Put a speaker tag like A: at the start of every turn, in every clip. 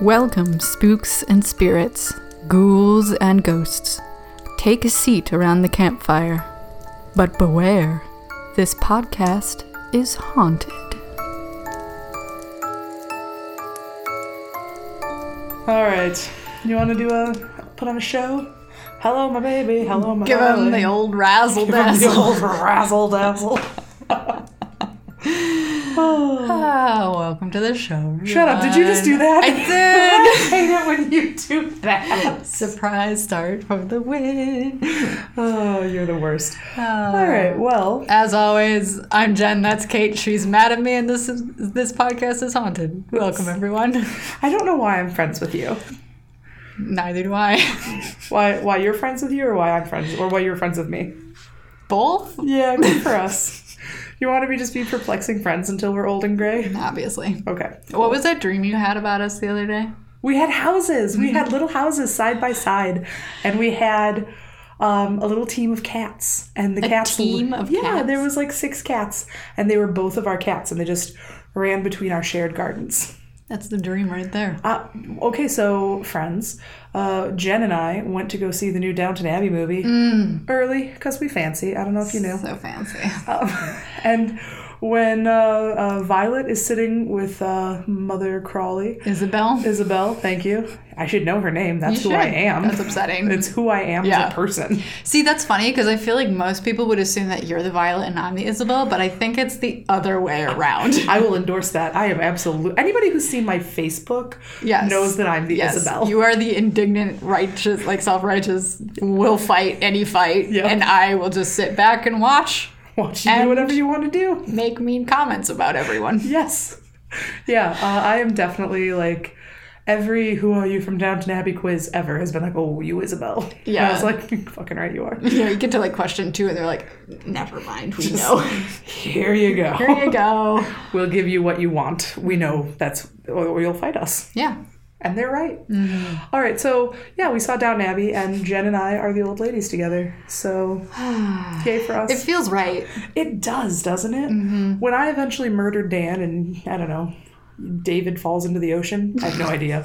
A: Welcome, spooks and spirits, ghouls and ghosts. Take a seat around the campfire. But beware, this podcast is haunted.
B: All right. You want to do a put on a show? Hello, my baby. Hello, my
C: Give him
B: darling.
C: the old razzle
B: Give 'em the
C: dazzle.
B: old razzle dazzle.
C: Ah, welcome to the show.
B: Shut up! Did you just do that?
C: I did.
B: I hate it when you do that.
C: Surprise start for the win.
B: Oh, you're the worst.
C: Ah.
B: All right. Well,
C: As always, I'm Jen. That's Kate. She's mad at me, and this is, this podcast is haunted. Welcome, everyone.
B: I don't know why I'm friends with you.
C: Neither do I.
B: Why? Why you're friends with you, or why I'm friends, or why you're friends with me?
C: Both,
B: Yeah, good for us. You want to be just be perplexing friends until we're old and gray?
C: obviously.
B: Okay.
C: What was that dream you had about us the other day?
B: We had houses. We
C: Mm-hmm.
B: had little houses side by side, and we had um, a little team of cats. And the cats.
C: team of
B: yeah,
C: cats?
B: there was like six cats, and they were both of our cats, and they just ran between our shared gardens.
C: That's the dream right there.
B: Uh, okay, so friends, uh, Jen and I went to go see the new Downton Abbey movie
C: Mm.
B: early because we fancy. I don't know if you knew.
C: So fancy.
B: Um, and when uh, uh, Violet is sitting with uh, Mother Crawley.
C: Isabel.
B: Isabel, thank you. I should know her name. That's
C: You
B: who I
C: should.
B: am.
C: That's upsetting.
B: It's who I am
C: Yeah.
B: as a person.
C: See, that's funny because I feel like most people would assume that you're the Violet and I'm the Isabel, but I think it's the other way around.
B: I will endorse that. I am absolute. Anybody who's seen my Facebook
C: Yes.
B: knows that I'm the
C: Yes,
B: Isabel.
C: you are the indignant, righteous, like self-righteous, will fight any fight,
B: Yeah.
C: and I will just sit back and watch,
B: Watch you do
C: and-
B: whatever you want to do.
C: make mean comments about everyone.
B: Yes. Yeah, uh, I am definitely like every "Who are you from Downton Abbey" quiz ever has been like, "Oh, you Isabel." And I
C: Yeah.
B: was like, "Fucking right, you are."
C: You know, you get to like question two, and they're like, "Never mind, we know."
B: Here you go.
C: Here you go.
B: We'll give you what you want. We know that's, or or you'll fight us.
C: Yeah,
B: And they're right. All right, so yeah, we saw Down Abbey, and Jen and I are the old ladies together. So yay for us.
C: it feels right.
B: it does, doesn't it? When I eventually murdered Dan, and I don't know, David falls into the ocean. I have no idea.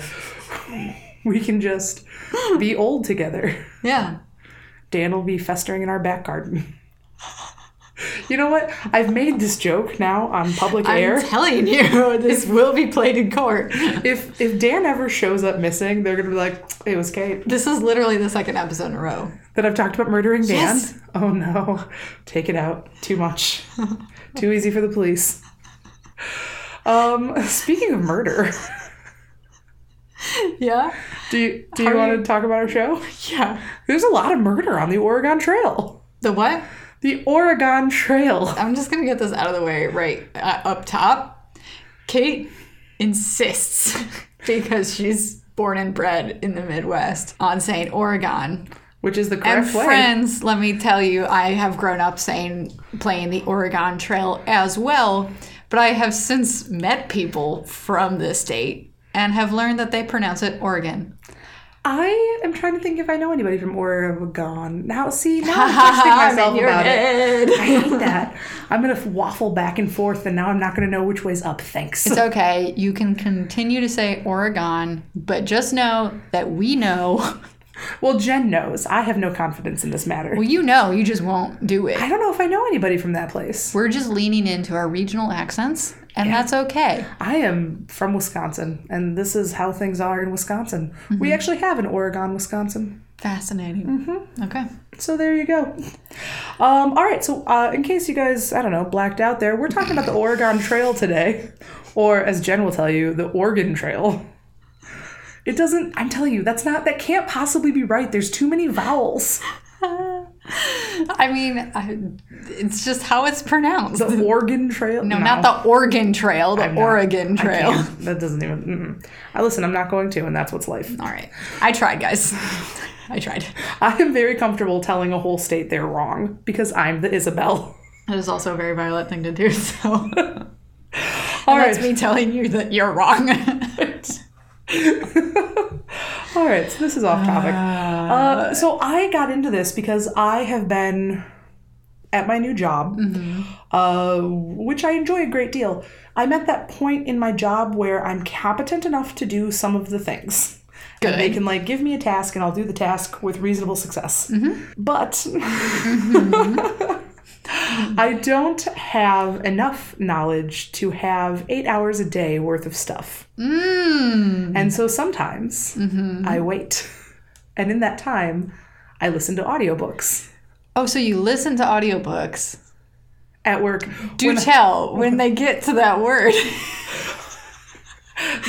B: We can just be old together.
C: Yeah,
B: Dan will be festering in our back garden. You know what? I've made this joke now on public air.
C: I'm telling you, this will be played in court.
B: if if Dan ever shows up missing, they're gonna be like, "It was Kate."
C: This is literally the second episode in a row.
B: that I've talked about murdering Dan?
C: Yes.
B: Oh no. Take it out. Too much. Too easy for the police. Um, speaking of murder,
C: Yeah.
B: do you, do you want to talk about our show?
C: Yeah.
B: There's a lot of murder on the Oregon Trail.
C: The what?
B: The Oregon Trail.
C: I'm just gonna get this out of the way right uh, up top. Kate insists because she's born and bred in the Midwest on saying Oregon.
B: Which is the
C: And
B: correct way.
C: friends, let me tell you, I have grown up saying playing the Oregon Trail as well, but I have since met people from the state and have learned that they pronounce it Oregon.
B: I am trying to think if I know anybody from Oregon. Now, see, now I'm testing myself
C: I'm in your
B: about it.
C: head.
B: I hate that. I'm going to waffle back and forth, and now I'm not going to know which way's up. Thanks.
C: It's okay. You can continue to say Oregon, but just know that we know.
B: Well, Jen knows. I have no confidence in this matter.
C: Well, you know, you just won't do it.
B: I don't know if I know anybody from that place.
C: We're just leaning into our regional accents, and that's okay.
B: I am from Wisconsin, and this is how things are in Wisconsin.
C: Mm-hmm.
B: We actually have an Oregon, Wisconsin.
C: Fascinating. Mm-hmm. Okay.
B: So there you go. Um, all right, so uh, in case you guys, I don't know, blacked out there, we're talking about the Oregon Trail today, or as Jen will tell you, the Oregon Trail. It doesn't, I'm telling you, that's not, that can't possibly be right. There's too many vowels.
C: I mean, I, it's just how it's pronounced.
B: The Oregon Trail.
C: no, not the Oregon Trail, the
B: I'm not-
C: Oregon
B: I
C: Trail. All
B: can't. That doesn't even, mm-mm. I listen, I'm not going to, and that's what's life.
C: right. I tried, guys. I tried.
B: I am very comfortable telling a whole state they're wrong because I'm the Isabel.
C: That is also a very violent thing to do, so. And
B: All
C: that's
B: right.
C: me telling you that you're wrong.
B: All right, so this is off topic. Uh, so I got into this because I have been at my new job, uh, which I enjoy a great deal, I'm at that point in my job where I'm competent enough to do some of the things. And
C: Good.
B: they can like give me a task and I'll do the task with reasonable success. But I don't have enough knowledge to have eight hours a day worth of stuff. And so sometimes I wait. And in that time, I listen to audiobooks
C: Oh, so you listen to audiobooks.
B: at work.
C: Do tell when they get to that word.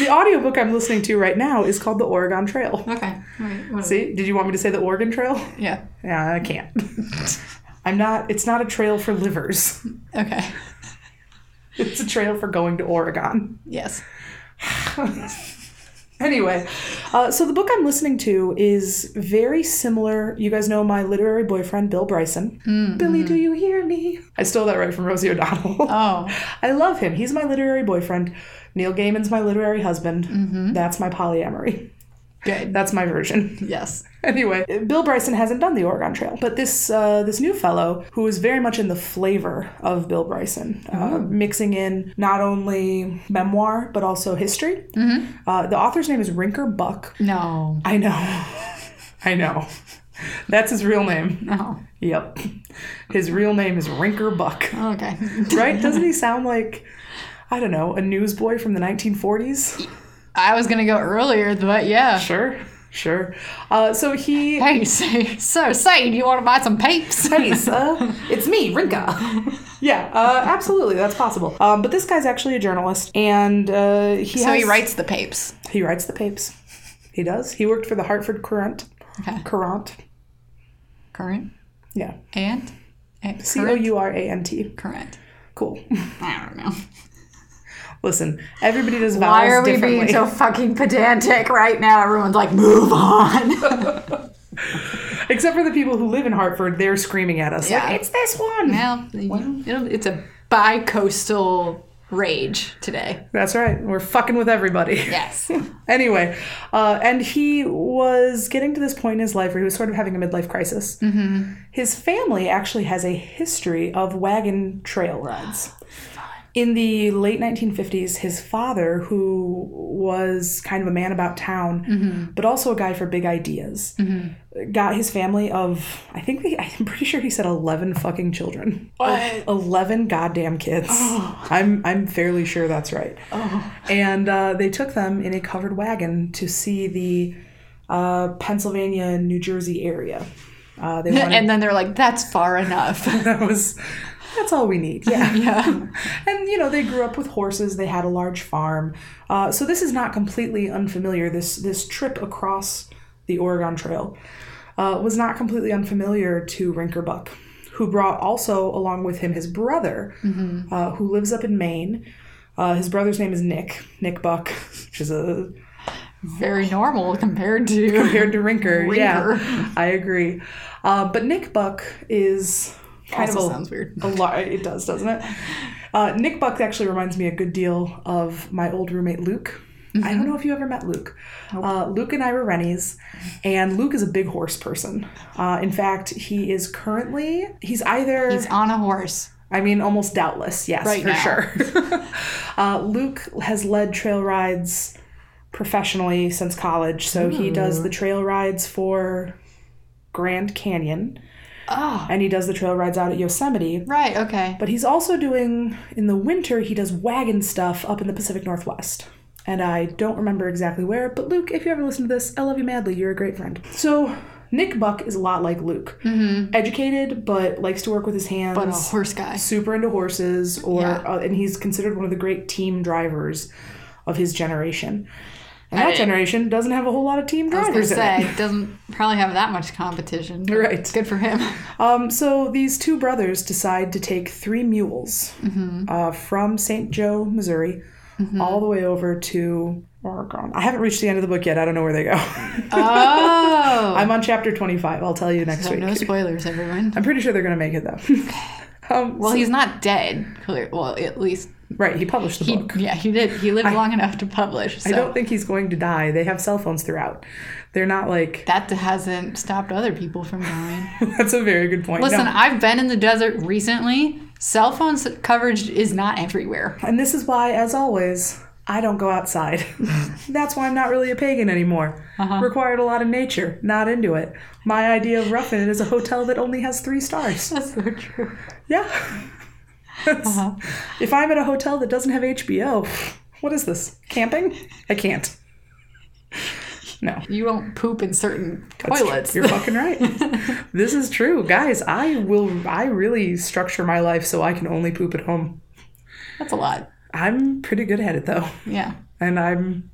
B: The audiobook I'm listening to right now is called The Oregon Trail.
C: okay. Hmm.
B: See, did you want me to say the Oregon Trail?
C: Yeah.
B: Yeah, I can't. I'm not, it's not a trail for livers.
C: Okay.
B: It's a trail for going to Oregon.
C: Yes.
B: Anyway, uh, so the book I'm listening to is very similar. You guys know my literary boyfriend, Bill Bryson. Billy, do you hear me? I stole that right from Rosie O'Donnell.
C: Oh.
B: I love him. He's my literary boyfriend. Neil Gaiman's my literary husband. That's my polyamory.
C: Good.
B: That's my version.
C: Yes.
B: anyway, Bill Bryson hasn't done the Oregon Trail, but this uh, this new fellow who is very much in the flavor of Bill Bryson, uh, mixing in not only memoir but also history. Uh, the author's name is Rinker Buck.
C: No.
B: I know. I know. That's his real name.
C: No.
B: Yep. His real name is Rinker Buck.
C: Okay.
B: Right? Doesn't he sound like, I don't know, a newsboy from the 1940s?
C: I was gonna go earlier, but yeah.
B: Sure. Sure. Uh, so he.
C: Hey, say- so say you want to buy some papes?
B: Hey, sir. uh, It's me, Rinka. yeah, uh, absolutely. That's possible. Um, but this guy's actually a journalist, and uh, he
C: So he
B: has-
C: writes the papes.
B: He writes the papers. He does. He worked for the Hartford Courant.
C: Okay.
B: Courant.
C: Current
B: Yeah.
C: and and
B: C O
C: current.
B: U R A N T.
C: Current.
B: Cool.
C: oh, I don't know.
B: Listen, everybody does vowels
C: Why are we
B: differently.
C: being so fucking pedantic right now? Everyone's like, move on.
B: Except for the people who live in Hartford, they're screaming at us
C: Yeah.
B: like, "It's this one."
C: now, you- it'll- it's a bi-coastal rage today.
B: That's right. We're fucking with everybody.
C: Yes.
B: anyway, uh, and he was getting to this point in his life where he was sort of having a midlife crisis. Mm-hmm. His family actually has a history of wagon trail rides. In the late 1950s, his father, who was kind of a man about town, but also a guy for big ideas, got his family of, I think, they, I'm pretty sure he said 11 fucking children.
C: What?
B: 11 goddamn kids. I'm I'm fairly sure that's right. And uh, they took them in a covered wagon to see the uh, Pennsylvania, New Jersey area. Uh, they wanted,
C: and then they're like, that's far enough.
B: that was that's all we need. Yeah.
C: yeah.
B: And you know they grew up with horses. They had a large farm. Uh, so this is not completely unfamiliar. This this trip across the Oregon Trail uh, was not completely unfamiliar to Rinker Buck, who brought also along with him his brother, uh, who lives up in Maine. Uh, his brother's name is Nick Nick Buck, which is a
C: Very normal compared to.
B: compared to Rinker. Yeah,
C: Rinker.
B: I agree. Uh, but Nick Buck is kind
C: Also
B: of a,
C: sounds weird.
B: a lot. It does, doesn't it? Uh, Nick Buck actually reminds me a good deal of my old roommate Luke. I don't know if you ever met Luke. Uh, Luke and I were Rennies, and Luke is a big horse person. Uh, in fact, he is currently he's either
C: He's on a horse.
B: I mean, almost doubtless, yes,
C: Right
B: for
C: now.
B: sure. uh, Luke has led trail rides professionally since college, so he does the trail rides for Grand Canyon,
C: Oh,
B: and he does the trail rides out at Yosemite.
C: right. Okay.
B: But he's also doing, in the winter, he does wagon stuff up in the Pacific Northwest. And I don't remember exactly where, but Luke, if you ever listen to this, I love you madly. You're a great friend. So, Nick Buck is a lot like Luke. Educated, but likes to work with his hands
C: Mm-hmm. But a horse guy.
B: super into horses or
C: Yeah.
B: uh, and he's considered one of the great team drivers of his generation and that
C: didn't-
B: generation doesn't have a whole lot of team
C: I was gonna
B: drivers in it.
C: say doesn't probably have that much competition. but
B: Right.
C: It's good for him.
B: um, so these two brothers decide to take three mules
C: Mm-hmm.
B: uh, from st joe missouri all the way over to oregon i haven't reached the end of the book yet i don't know where they go
C: Oh.
B: Oh. i'm on chapter 25 i'll tell you next
C: So
B: week
C: no spoilers, everyone.
B: i'm pretty sure they're going to make it though Um,
C: Well,
B: so-
C: he's not dead. Clear. Well, at least
B: right. He published the
C: he.
B: book.
C: Yeah, he did. He lived long enough to publish. So
B: I don't think he's going to die. They have cell phones throughout. They're not like.
C: that hasn't stopped other people from dying.
B: That's a very good point. No.
C: Listen, I've been in the desert recently. Cell phone s- coverage is not everywhere.
B: And this is why, as always, I don't go outside. That's why I'm not really a pagan anymore.
C: Uh-huh.
B: Required a lot of nature, not into it. My idea of roughing it is a hotel that only has three stars.
C: That's Uh-huh. so true.
B: Yeah. If I'm at a hotel that doesn't have HBO, what is this? Camping? I can't. No.
C: You don't poop in certain
B: That's true.
C: toilets.
B: You're fucking right. this is true. Guys, I will I really structure my life so I can only poop at home.
C: That's a lot.
B: I'm pretty good at it though.
C: Yeah.
B: And I'm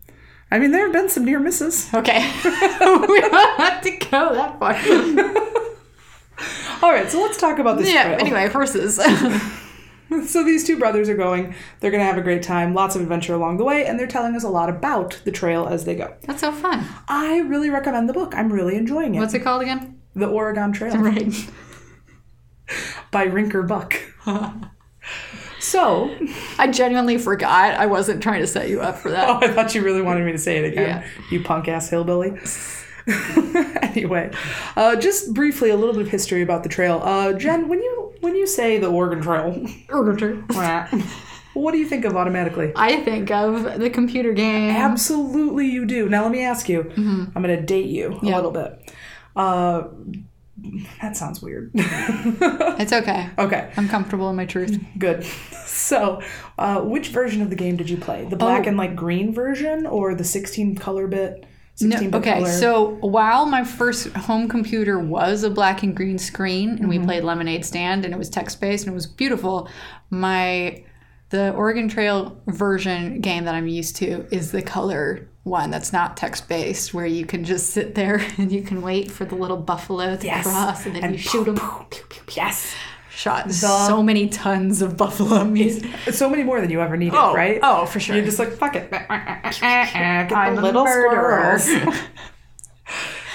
B: I mean there have been some near misses.
C: Okay. we don't have to go that far.
B: All right, so let's talk about this.
C: Yeah.
B: trail.
C: Anyway, horses.
B: So these two brothers are going. They're going to have a great time, lots of adventure along the way, and they're telling us a lot about the trail as they go.
C: That's so fun.
B: I really recommend the book. I'm really enjoying it.
C: What's it called again?
B: the Oregon Trail
C: Right.
B: by Rinker Buck. so,
C: I genuinely forgot. I wasn't trying to set you up for that.
B: oh, I thought you really wanted me to say it again,
C: Yeah.
B: you punk ass hillbilly. anyway, uh, just briefly a little bit of history about the trail. Uh, Jen, when you when you say the Oregon Trail, what do you think of automatically?
C: I think of the computer game.
B: Absolutely, you do. Now, let me ask you. I'm going to date you a
C: Mm-hmm. Yeah.
B: little bit. Uh, that sounds weird.
C: It's okay.
B: okay,
C: I'm comfortable in my truth.
B: good. So, uh, which version of the game did you play? The black
C: Oh.
B: and like green version, or the 16 color bit?
C: No,
B: 16 bit
C: okay,
B: color?
C: so while my first home computer was a black and green screen, and we played Lemonade Stand, and it was text based, and it was beautiful, my the Oregon Trail version game that I'm used to is the color one that's not text based, where you can just sit there and you can wait for the little buffalo to
B: Yes.
C: cross, and then
B: And
C: you shoot them.
B: yes,
C: Shot so many tons of buffalo meat.
B: it's so many more than you ever needed, right?
C: Oh, for sure.
B: You're just like fuck it. Get the
C: I'm a murderer.
B: squirrels.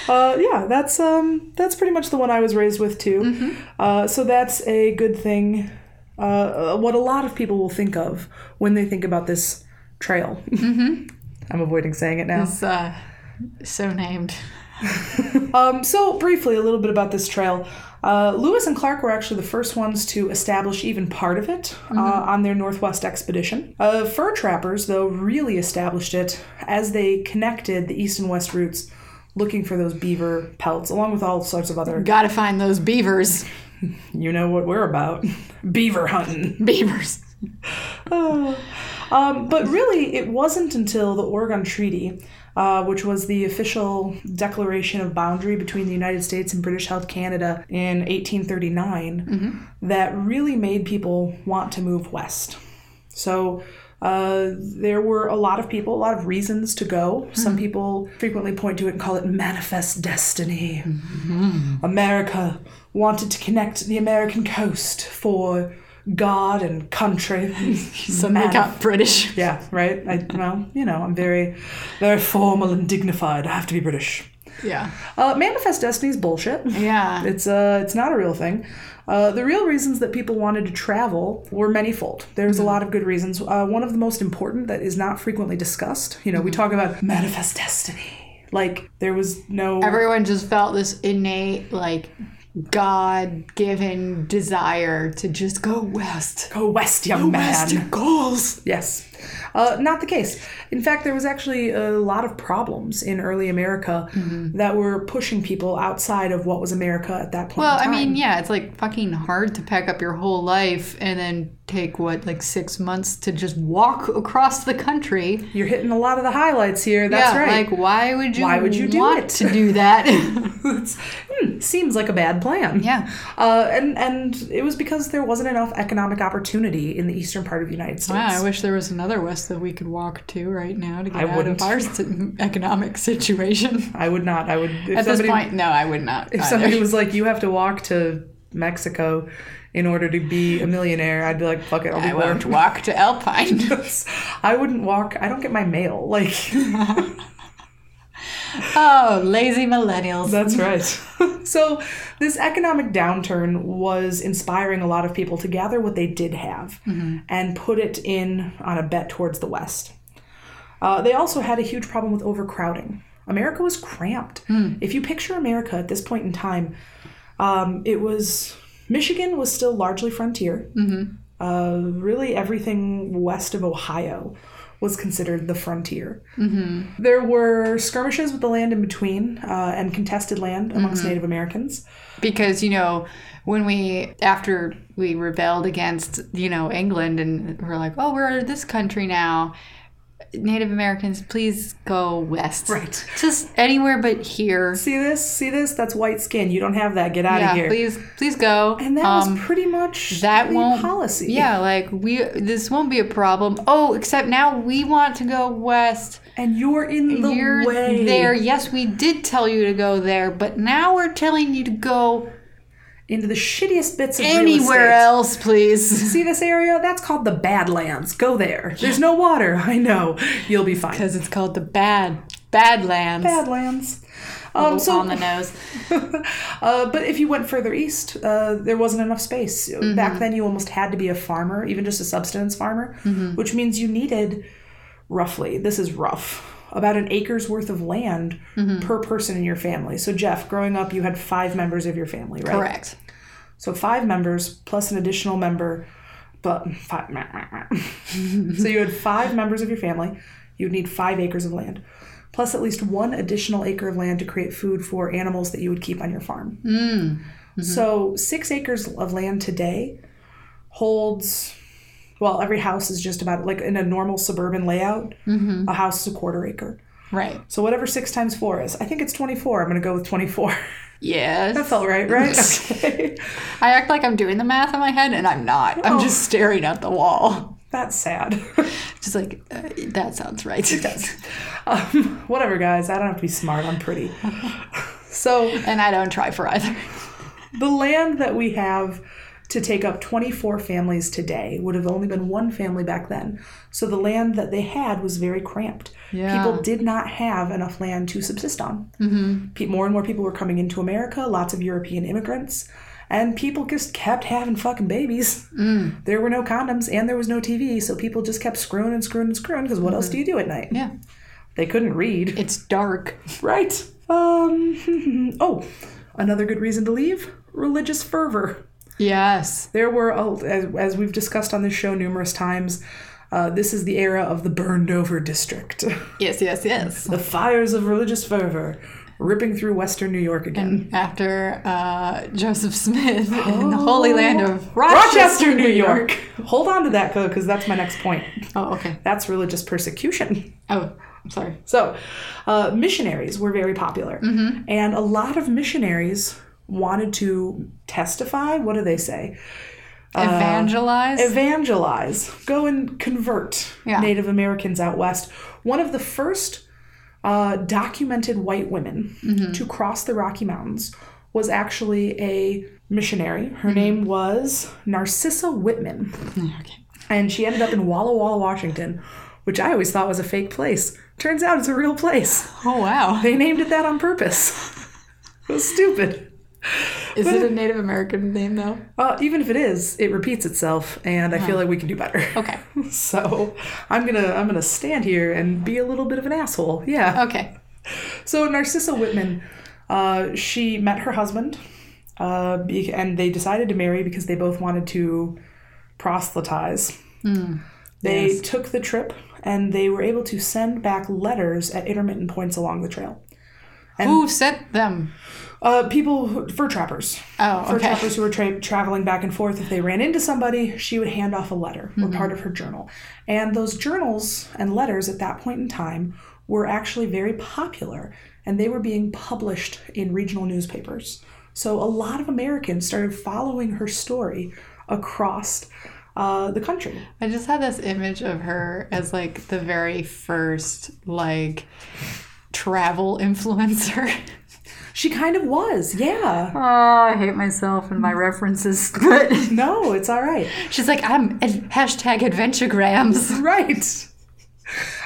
B: Uh, yeah, that's um, that's pretty much the one I was raised with too.
C: Mm-hmm.
B: Uh, so that's a good thing. Uh, what a lot of people will think of when they think about this trail.
C: Mm-hmm.
B: I'm avoiding saying it now.
C: It's, uh, so named.
B: Um, so briefly, a little bit about this trail. Uh, Lewis and Clark were actually the first ones to establish even part of it uh, on their Northwest expedition. Uh, fur trappers, though, really established it as they connected the east and west routes, looking for those beaver pelts, along with all sorts of other.
C: Gotta find those beavers.
B: You know what we're about, beaver hunting.
C: Beavers.
B: Um, but really, it wasn't until the Oregon Treaty, uh, which was the official declaration of boundary between the United States and British held Canada in 1839, that really made people want to move west. So uh, there were a lot of people, a lot of reasons to go. Some people frequently point to it and call it manifest destiny. America wanted to connect the American coast for God and country.
C: So they got British.
B: Yeah, right. I well, you know, I'm very, very formal and dignified. I have to be British.
C: Yeah.
B: Uh, Manifest Destiny's bullshit.
C: Yeah.
B: It's uh, it's not a real thing. Uh, the real reasons that people wanted to travel were manyfold. There's a lot of good reasons. Uh, one of the most important that is not frequently discussed. You know, we talk about manifest destiny. Like there was no
C: Everyone just felt this innate, like, God given desire to just go west.
B: go west, young man.
C: goals.
B: Yes. Uh, not the case. In fact, there was actually a lot of problems in early America
C: Mm-hmm.
B: that were pushing people outside of what was America at that point.
C: Well,
B: in
C: I
B: time.
C: mean, yeah, it's like fucking hard to pack up your whole life and then take what, like six months to just walk across the country.
B: you're hitting a lot of the highlights here. That's
C: yeah,
B: right.
C: like why would you
B: Why would you do
C: want
B: it?
C: to do that?
B: It's- hmm, seems like a bad plan.
C: Yeah.
B: Uh, and and it was because there wasn't enough economic opportunity in the eastern part of the United States.
C: Yeah, I wish there was another West that we could walk to right now to get out
B: wouldn't.
C: of our si- economic situation.
B: I would not. I would. If
C: At
B: somebody,
C: this point, no, I would not.
B: if
C: either.
B: somebody was like, "You have to walk to Mexico in order to be a millionaire," I'd be like, "Fuck it, I'll be
C: I
B: born."
C: won't walk to Alpine.
B: I wouldn't walk. I don't get my mail. Like
C: Oh, lazy millennials.
B: That's right. so, this economic downturn was inspiring a lot of people to gather what they did have and put it in on a bet towards the West. Uh, they also had a huge problem with overcrowding. America was cramped. If you picture America at this point in time, um, it was Michigan was still largely frontier. Uh, really, everything west of Ohio was considered the frontier. There were skirmishes with the land in between uh, and contested land amongst
C: Mm-hmm.
B: Native Americans.
C: because you know when we after we rebelled against you know England and we're like oh we're this country now Native Americans please go west
B: Right.
C: just anywhere but here
B: See this? See this? That's white skin. You don't have that. Get out of
C: yeah
B: here.
C: please please go
B: And that
C: Um,
B: was pretty much
C: that
B: the
C: won't
B: policy.
C: yeah like we this won't be a problem oh except now we want to go west
B: And you're in the
C: you're
B: way.
C: there yes we did tell you to go there but now we're telling you to go
B: into the shittiest bits of
C: anywhere
B: real estate.
C: else please
B: See this area? That's called the Badlands. Go there. There's no water. I know. You'll be fine.
C: Because it's called the Bad Badlands.
B: Badlands. Um, so,
C: Oh, on the nose.
B: uh, but if you went further east, uh, there wasn't enough space. Back then, you almost had to be a farmer, even just a subsistence farmer, which means you needed roughly, this is rough, about an acre's worth of land per person in your family. So, Jeff, growing up, you had five members of your family, right?
C: Correct.
B: So five members plus an additional member, but five. meh, meh, meh. so you had five members of your family. You'd need five acres of land, plus at least one additional acre of land to create food for animals that you would keep on your farm. So six acres of land today holds. Well, every house is just about like in a normal suburban layout. A house is a quarter acre.
C: Right.
B: So whatever six times four is, I think it's twenty four. I'm gonna go with twenty four.
C: Yes.
B: that felt right, right? Okay.
C: I act like I'm doing the math in my head, and I'm not. I'm just staring at the wall.
B: That's sad.
C: Just like, uh, that sounds right. It does.
B: um, whatever, guys. I don't have to be smart. I'm pretty. so
C: and I don't try for either.
B: the land that we have to take up 24 families today would have only been one family back then. So the land that they had was very cramped.
C: Yeah.
B: People did not have enough land to subsist on. Mm-hmm. Pe- more and more people were coming into America. Lots of European immigrants. And people just kept having fucking babies.
C: Mm.
B: There were no condoms and there was no TV, so people just kept screwing and screwing and screwing because what else do you do at night?
C: Mm-hmm. Yeah.
B: They couldn't read.
C: It's dark.
B: Right. Um, oh, another good reason to leave religious fervor.
C: Yes.
B: There were, oh, as, as we've discussed on this show numerous times, uh, this is the era of the burned over district.
C: Yes, yes, yes.
B: the fires of religious fervor ripping through western New York again.
C: After uh, Joseph Smith in the Holy Land of Rochester.
B: Rochester, New York. Hold on to that, because that's my next point.
C: Oh, okay.
B: That's religious persecution.
C: Oh, I'm sorry.
B: So, uh, missionaries were very popular. And a lot of missionaries wanted to testify. What do they say?
C: Uh, Evangelize.
B: Evangelize. Go and convert
C: Yeah.
B: Native Americans out west. One of the first uh, documented white women
C: Mm-hmm.
B: to cross the Rocky Mountains was actually a missionary.
C: Mm-hmm.
B: Her name was Narcissa Whitman.
C: okay.
B: And she ended up in Walla Walla, Washington, which I always thought was a fake place. Turns out it's a real place.
C: Oh, wow.
B: They named it that on purpose. it was stupid.
C: Is it a Native American name, though?
B: Uh, even if it is, it repeats itself, and I feel like we can do better.
C: Okay.
B: So I'm gonna I'm gonna stand here and be a little bit of an asshole. Yeah.
C: Okay.
B: So Narcissa Whitman, uh, she met her husband, uh, be- and they decided to marry because they both wanted to proselytize.
C: Hmm.
B: They took the trip, and they were able to send back letters at intermittent points along the trail.
C: Who sent them?
B: Uh, people, who, fur trappers.
C: Oh,
B: Fur
C: okay.
B: trappers who were tra- traveling back and forth, if they ran into somebody, she would hand off a letter or
C: Mm-hmm.
B: part of her journal. And those journals and letters at that point in time were actually very popular and they were being published in regional newspapers. So a lot of Americans started following her story across uh, the country.
C: I just had this image of her as like the very first like travel influencer.
B: She kind of was, yeah.
C: Oh, I hate myself and my references. But
B: No, it's all right.
C: she's like, I'm ad- hashtag adventuregrams.
B: Right.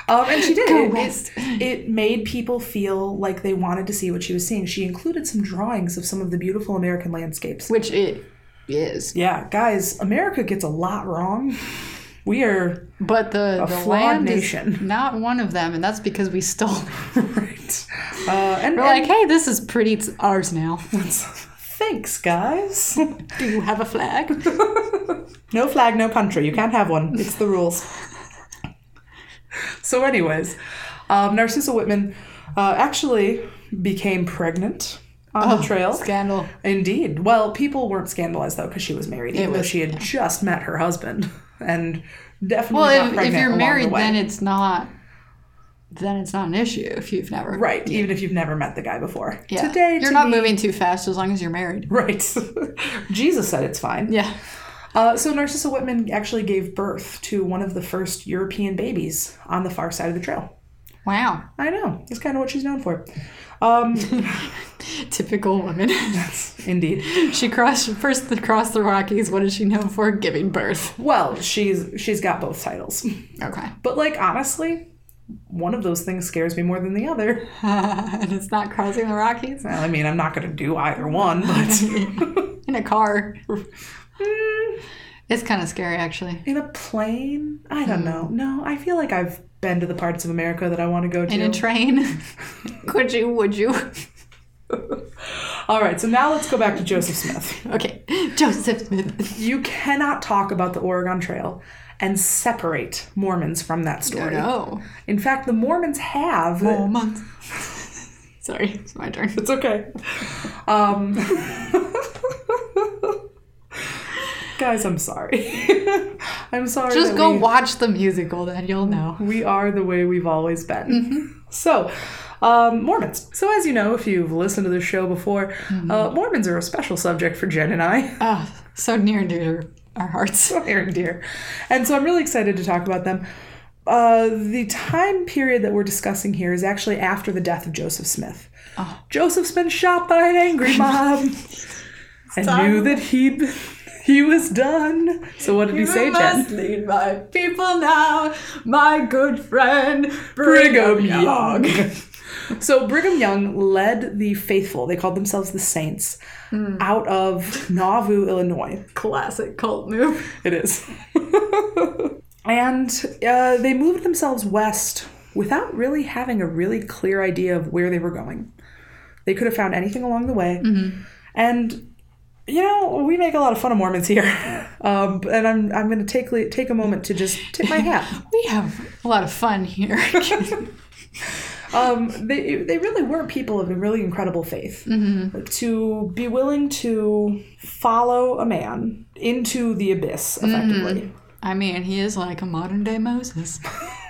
B: Um, and she did.
C: Go
B: It-
C: west.
B: It, it made people feel like they wanted to see what she was seeing. She included some drawings of some of the beautiful American landscapes.
C: which it is.
B: Yeah, guys, America gets a lot wrong. We are
C: But the, the
B: flawed
C: land is
B: nation.
C: not one of them, and that's because we stole.
B: right. Uh, and,
C: We're like,
B: and
C: hey, this is pretty. It's ours now.
B: thanks, guys.
C: Do you have a flag?
B: No flag, no country. You can't have one. It's the rules. so, anyways, um, Narcissa Whitman uh, actually became pregnant on
C: Oh,
B: the trail.
C: Scandal.
B: Indeed. Well, people weren't scandalized though because she was married, even though
C: was-
B: she had just met her husband and definitely
C: Well,
B: not
C: if, if
B: pregnant
C: you're
B: along
C: married,
B: the way.
C: then it's not. Then it's not an issue if you've never.
B: right. Even if you've never met the guy before,
C: Yeah.
B: today to
C: you're not
B: me-
C: moving too fast as long as you're married.
B: Right. Jesus said it's fine.
C: Yeah.
B: Uh, so Narcissa Whitman actually gave birth to one of the first European babies on the far side of the trail.
C: Wow.
B: I know. It's kind of what she's known for. Um,
C: Typical woman.
B: indeed.
C: she crossed first the crossed the Rockies. What is she known for? Giving birth.
B: Well, she's she's got both titles.
C: Okay.
B: But like honestly, one of those things scares me more than the other.
C: and it's not crossing the Rockies
B: Well, I mean, I'm not going to do either one, but
C: in a car. it's kind of scary, actually.
B: in a plane, I don't know.
C: Hmm.
B: No, I feel like I've been to the parts of America that I want to go to.
C: In a train. Could you? Would you?
B: All right, so now let's go back to Joseph Smith.
C: Okay. Joseph Smith.
B: You cannot talk about the Oregon Trail and separate Mormons from that
C: Oh
B: story.
C: no.
B: In fact, the Mormons have
C: Oh, month. Sorry, it's my turn.
B: It's okay. Um, guys, I'm sorry. I'm sorry.
C: Just
B: that
C: go
B: we-
C: watch the musical, then you'll know.
B: We are the way we've always been. So, um, Mormons. So, as you know, if you've listened to this show before, uh, Mormons are a special subject for Jen and I.
C: Oh, so near and dear to our hearts.
B: They're dear. And so, I'm really excited to talk about them. Uh, the time period that we're discussing here is actually after the death of Joseph Smith. Joseph's been shot by an angry mob and knew that he'd he was done. So what did he say, Jen?
C: lead my people now, my good friend
B: Brigham Young. so Brigham Young led the faithful, they called themselves the Saints, out of Nauvoo, Illinois.
C: Classic cult move.
B: It is. and uh, they moved themselves west without really having a really clear idea of where they were going. They could have found anything along the way. And you know, we make a lot of fun of Mormons here, um, and I'm I'm going to take take a moment to just tip my hat.
C: We have a lot of fun here.
B: um, they they really were people of a really incredible faith.
C: Mm-hmm.
B: To be willing to follow a man into the abyss,
C: Mm.
B: effectively.
C: I mean, he is like a modern day Moses.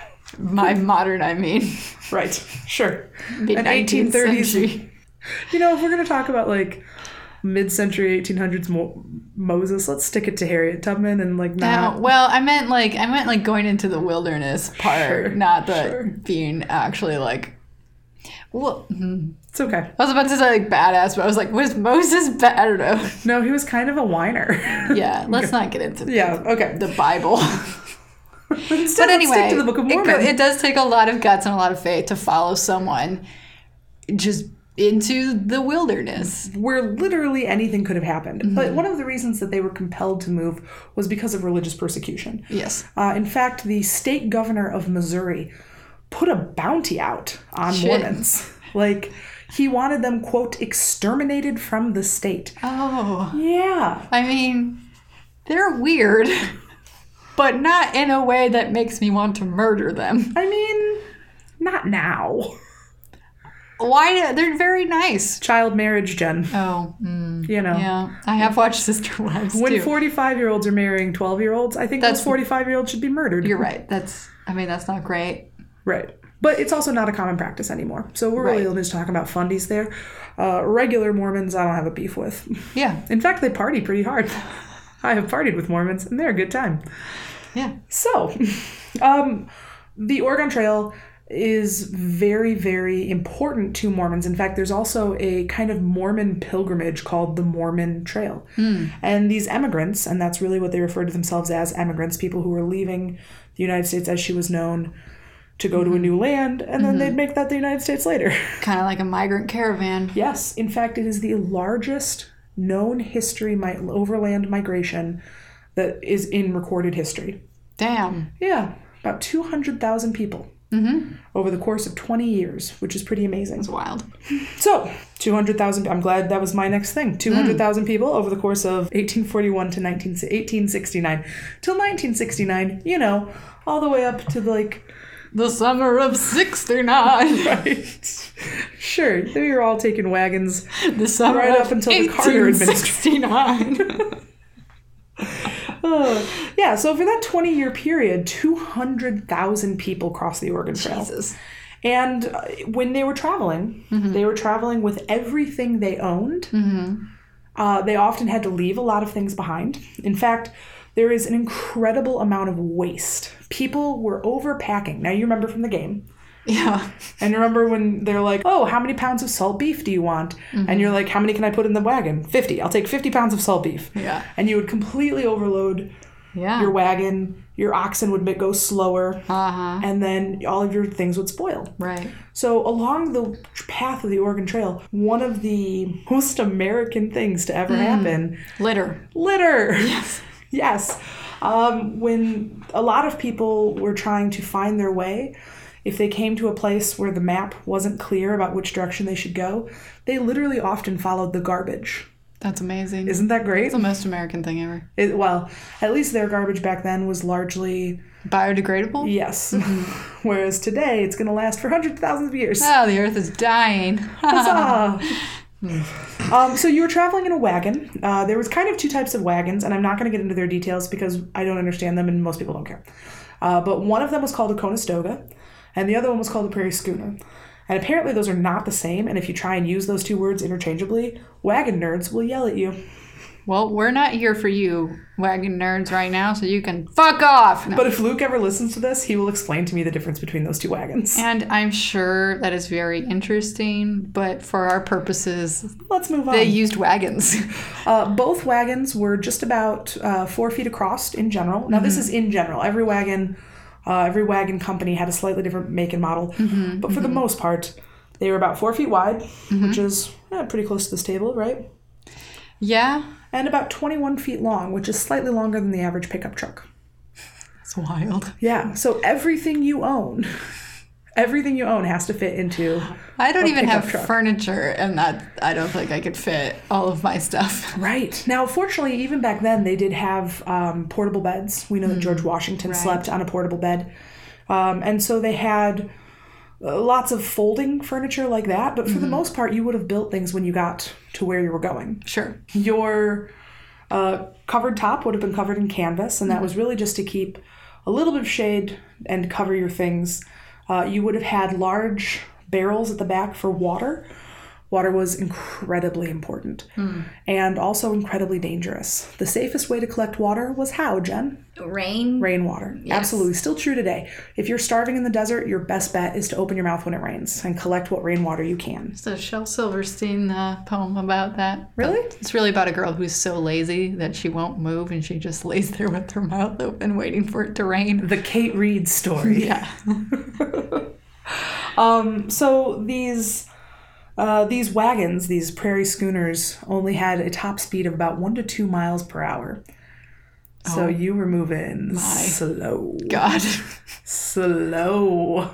C: My modern, I mean,
B: Right. Sure.
C: mid
B: An
C: 19th
B: 1830s.
C: century.
B: You know, if we're gonna talk about like mid-century 1800s Mo- Moses, let's stick it to Harriet Tubman and like
C: Now,
B: not.
C: well, I meant like I meant like going into the wilderness part,
B: Sure,
C: not the
B: sure.
C: being actually like. Well, hmm.
B: It's okay.
C: I was about to say like badass, but I was like, was Moses bad? I don't know.
B: No, he was kind of a whiner.
C: Yeah, let's not get into
B: yeah. Okay.
C: the Bible.
B: Instead,
C: but
B: let's
C: anyway,
B: stick to the Book of
C: it go-
B: Mormon.
C: It, does take a lot of guts and a lot of faith to follow someone just into the wilderness.
B: where literally anything could have happened.
C: Mm-hmm.
B: But one of the reasons that they were compelled to move was because of religious persecution.
C: Yes.
B: Uh, in fact, the state governor of Missouri put a bounty out on
C: Shit.
B: Mormons. Like, he wanted them, quote, exterminated from the state.
C: Oh,
B: Yeah.
C: I mean, they're weird, but not in a way that makes me want to murder them.
B: I mean, not now.
C: Why? They're very nice.
B: Child marriage, Jen.
C: Oh, mm,
B: You know.
C: yeah. I have watched Sister Wives
B: When
C: too.
B: 45 year olds are marrying 12 year olds, I think
C: That's-
B: those 45 year olds should be murdered.
C: You're right. That's. I mean, that's not great.
B: Right. But it's also not a common practice anymore. So we're
C: Right.
B: really only just talking about fundies there. Uh, regular Mormons, I don't have a beef with.
C: Yeah.
B: In fact, they party pretty hard. I have partied with Mormons, and they're a good time.
C: Yeah.
B: So, um, the Oregon Trail is very, very important to Mormons. In fact, there's also a kind of Mormon pilgrimage called the Mormon Trail. And these emigrants, and that's really what they refer to themselves as emigrants, people who were leaving the United States as she was known to go to a new land, and then they'd make that the United States later.
C: Kind of like a migrant caravan.
B: Yes, in fact, it is the largest known history mi- overland migration that is in recorded history. Hmm.
C: Damn.
B: Yeah, about 200,000 people over the course of 20 years, which is pretty amazing.
C: It's wild.
B: So, 200,000, I'm glad that was my next thing. 200,000 people over the course of 1841 to 19, 1869. Till 1969, you know, all the way up to like
C: The summer of 69.
B: right. Sure, they were all taking wagons.
C: The summer
B: Right
C: of
B: up until the Carter administration.
C: 1869.
B: Ugh. yeah, so for that 20 year period, 200,000 people crossed the Oregon Trail.
C: Jesus.
B: And uh, when they were traveling, they were traveling with everything they owned. Uh, they often had to leave a lot of things behind. In fact, there is an incredible amount of waste. People were overpacking. Now, you remember from the game.
C: Yeah.
B: And remember when they're like, oh, how many pounds of salt beef do you want?
C: Mm-hmm.
B: And you're like, how many can I put in the wagon? 50. I'll take 50 pounds of salt beef.
C: Yeah.
B: And you would completely overload
C: Yeah.
B: your wagon, your oxen would ma- go slower,
C: uh-huh.
B: and then all of your things would spoil.
C: Right.
B: So, along the path of the Oregon Trail, one of the most American things to
C: Mm.
B: ever happen
C: Litter.
B: litter. Yes. yes. Um, when a lot of people were trying to find their way, if they came to a place where the map wasn't clear about which direction they should go, they literally often followed the garbage.
C: That's amazing. It's
B: Isn't that great?
C: the most American thing ever.
B: It, well, at least their garbage back then was largely
C: Biodegradable?
B: Yes. Whereas today, it's going to last for hundreds of thousands of years.
C: Oh, the earth is dying.
B: Huzzah! Ah. um, so you were traveling in a wagon. Uh, there was kind of two types of wagons, and I'm not going to get into their details because I don't understand them, and most people don't care. Uh, but one of them was called a Conestoga, and the other one was called a prairie schooner. And apparently, those are not the same. And if you try and use those two words interchangeably, wagon nerds will yell at you.
C: well, we're not here for you, wagon nerds, right now, so you can fuck off. No.
B: But if Luke ever listens to this, he will explain to me the difference between those two wagons.
C: and I'm sure that is very interesting, but for our purposes,
B: Let's move on.
C: they used wagons.
B: Uh, both wagons were just about uh, four feet across in general. Now this is in general. Every wagon, uh, every wagon company had a slightly different make and model, but for the most part, they were about four feet wide, which is eh, pretty close to this table, right?
C: yeah.
B: And about 21 feet long, which is slightly longer than the average pickup truck.
C: That's wild.
B: Yeah. So everything you own, everything you own has to fit into.
C: I don't even
B: pickup
C: have
B: truck.
C: furniture, and that I don't think I could fit all of my stuff.
B: Right. Now, fortunately, even back then, they did have um, portable beds. We know that George Washington slept on a portable bed. Um, and so they had uh, lots of folding furniture like that. But for the most part, you would have built things when you got to where you were going.
C: Sure.
B: Your uh, covered top would have been covered in canvas, and that
C: Mm-hmm.
B: was really just to keep a little bit of shade and cover your things. Uh, you would have had large barrels at the back for water. Water was incredibly important
C: Hmm.
B: and also incredibly dangerous. The safest way to collect water was how, Jen?
C: Rain.
B: Rainwater. Absolutely. Still true today. If you're starving in the desert, your best bet is to open your mouth when it rains and collect what rainwater you can.
C: It's a Shel Silverstein uh, poem about that. Really? It's really about a girl who's so lazy that she won't move and she just lays there with her mouth open waiting for it to rain.
B: The Kate Reed story.
C: Yeah.
B: Um, so these uh, these wagons, these prairie schooners, only had a top speed of about one to two miles per hour.
C: Oh
B: So you were moving slow,
C: God.
B: slow.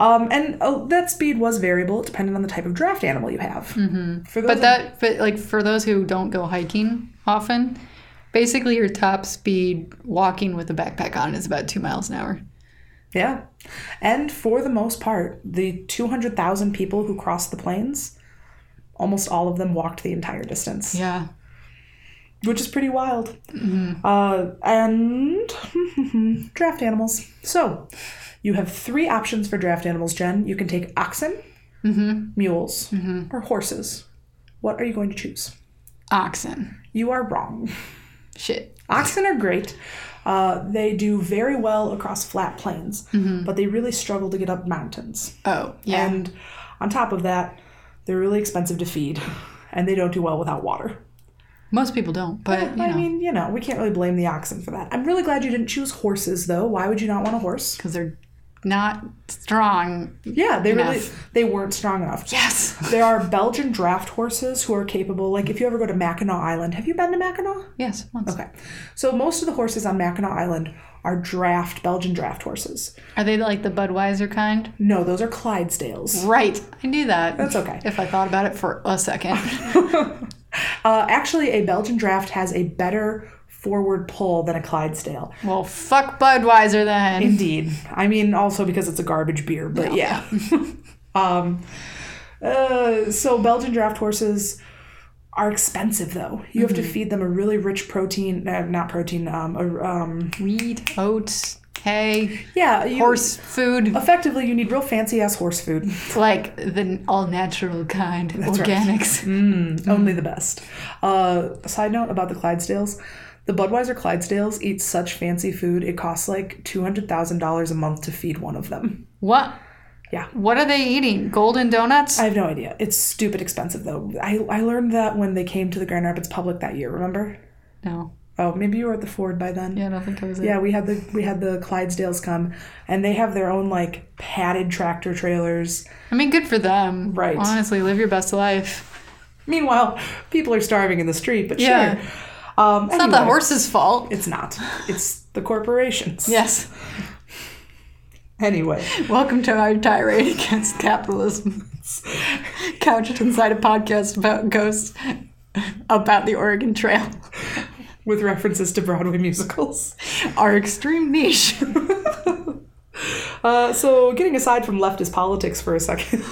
B: Um, and oh, that speed was variable depending on the type of draft animal you have. Mm-hmm. For those
C: But that, but like for those who don't go hiking often, basically your top speed walking with a backpack on is about two miles an hour.
B: Yeah. And for the most part, the 200,000 people who crossed the plains, almost all of them walked the entire distance.
C: Yeah.
B: which is pretty wild. Uh, and draft animals. So you have three options for draft animals, Jen. You can take oxen, mules, or horses. What are you going to choose?
C: Oxen.
B: You are wrong.
C: Shit.
B: Oxen are great. Uh, they do very well across flat plains, but they really struggle to get up mountains.
C: Oh, yeah.
B: And on top of that, they're really expensive to feed, and they don't do well without water.
C: Most people don't, but you
B: I
C: know,
B: mean, you know, we can't really blame the oxen for that. I'm really glad you didn't choose horses, though. Why would you not want a horse?
C: because they're not strong.
B: Yeah, they really
C: Enough.
B: they weren't strong enough.
C: Yes.
B: There are Belgian draft horses who are capable. Like if you ever go to Mackinac Island, have you been to Mackinac?
C: Yes. Once.
B: Okay. So most of the horses on Mackinac Island are draft Belgian draft horses.
C: Are they like the Budweiser kind?
B: No, those are Clydesdales.
C: Right. I knew that.
B: That's okay.
C: If I thought about it for a second.
B: Uh, actually, a Belgian draft has a better forward pull than a Clydesdale.
C: well, fuck Budweiser then.
B: Indeed. I mean, also because it's a garbage beer, but yeah. um, uh, so Belgian draft horses are expensive, though. You have to feed them a really rich protein, uh, not protein, um, a, um,
C: Wheat, oats, hay,
B: yeah, you,
C: horse food,
B: Effectively, you need real fancy ass horse food.
C: like the all natural kind,
B: right. Mm.
C: organics.
B: Only the best. Uh, side note about the Clydesdales. The Budweiser Clydesdales eat such fancy food, it costs like $200,000 a month to feed one of them.
C: What?
B: Yeah.
C: What are they eating? Golden donuts?
B: I have no idea. It's stupid expensive though. I, I learned that when they came to the Grand Rapids Public that year. Remember?
C: no.
B: Oh, maybe you were at the Ford by then.
C: Yeah, I don't think I was.
B: Yeah, we had the we had the Clydesdales come, and they have their own like padded tractor trailers.
C: I mean, good for them.
B: Right.
C: Honestly, live your best life.
B: Meanwhile, people are starving in the street, but
C: Yeah.
B: sure. Um,
C: It's not the horse's fault.
B: It's not. It's the corporations.
C: Yes.
B: Anyway,
C: Welcome to our tirade against capitalism. Couched inside a podcast about ghosts about the Oregon Trail.
B: with references to Broadway musicals.
C: Our extreme niche.
B: Uh, so, getting aside from leftist politics for a second,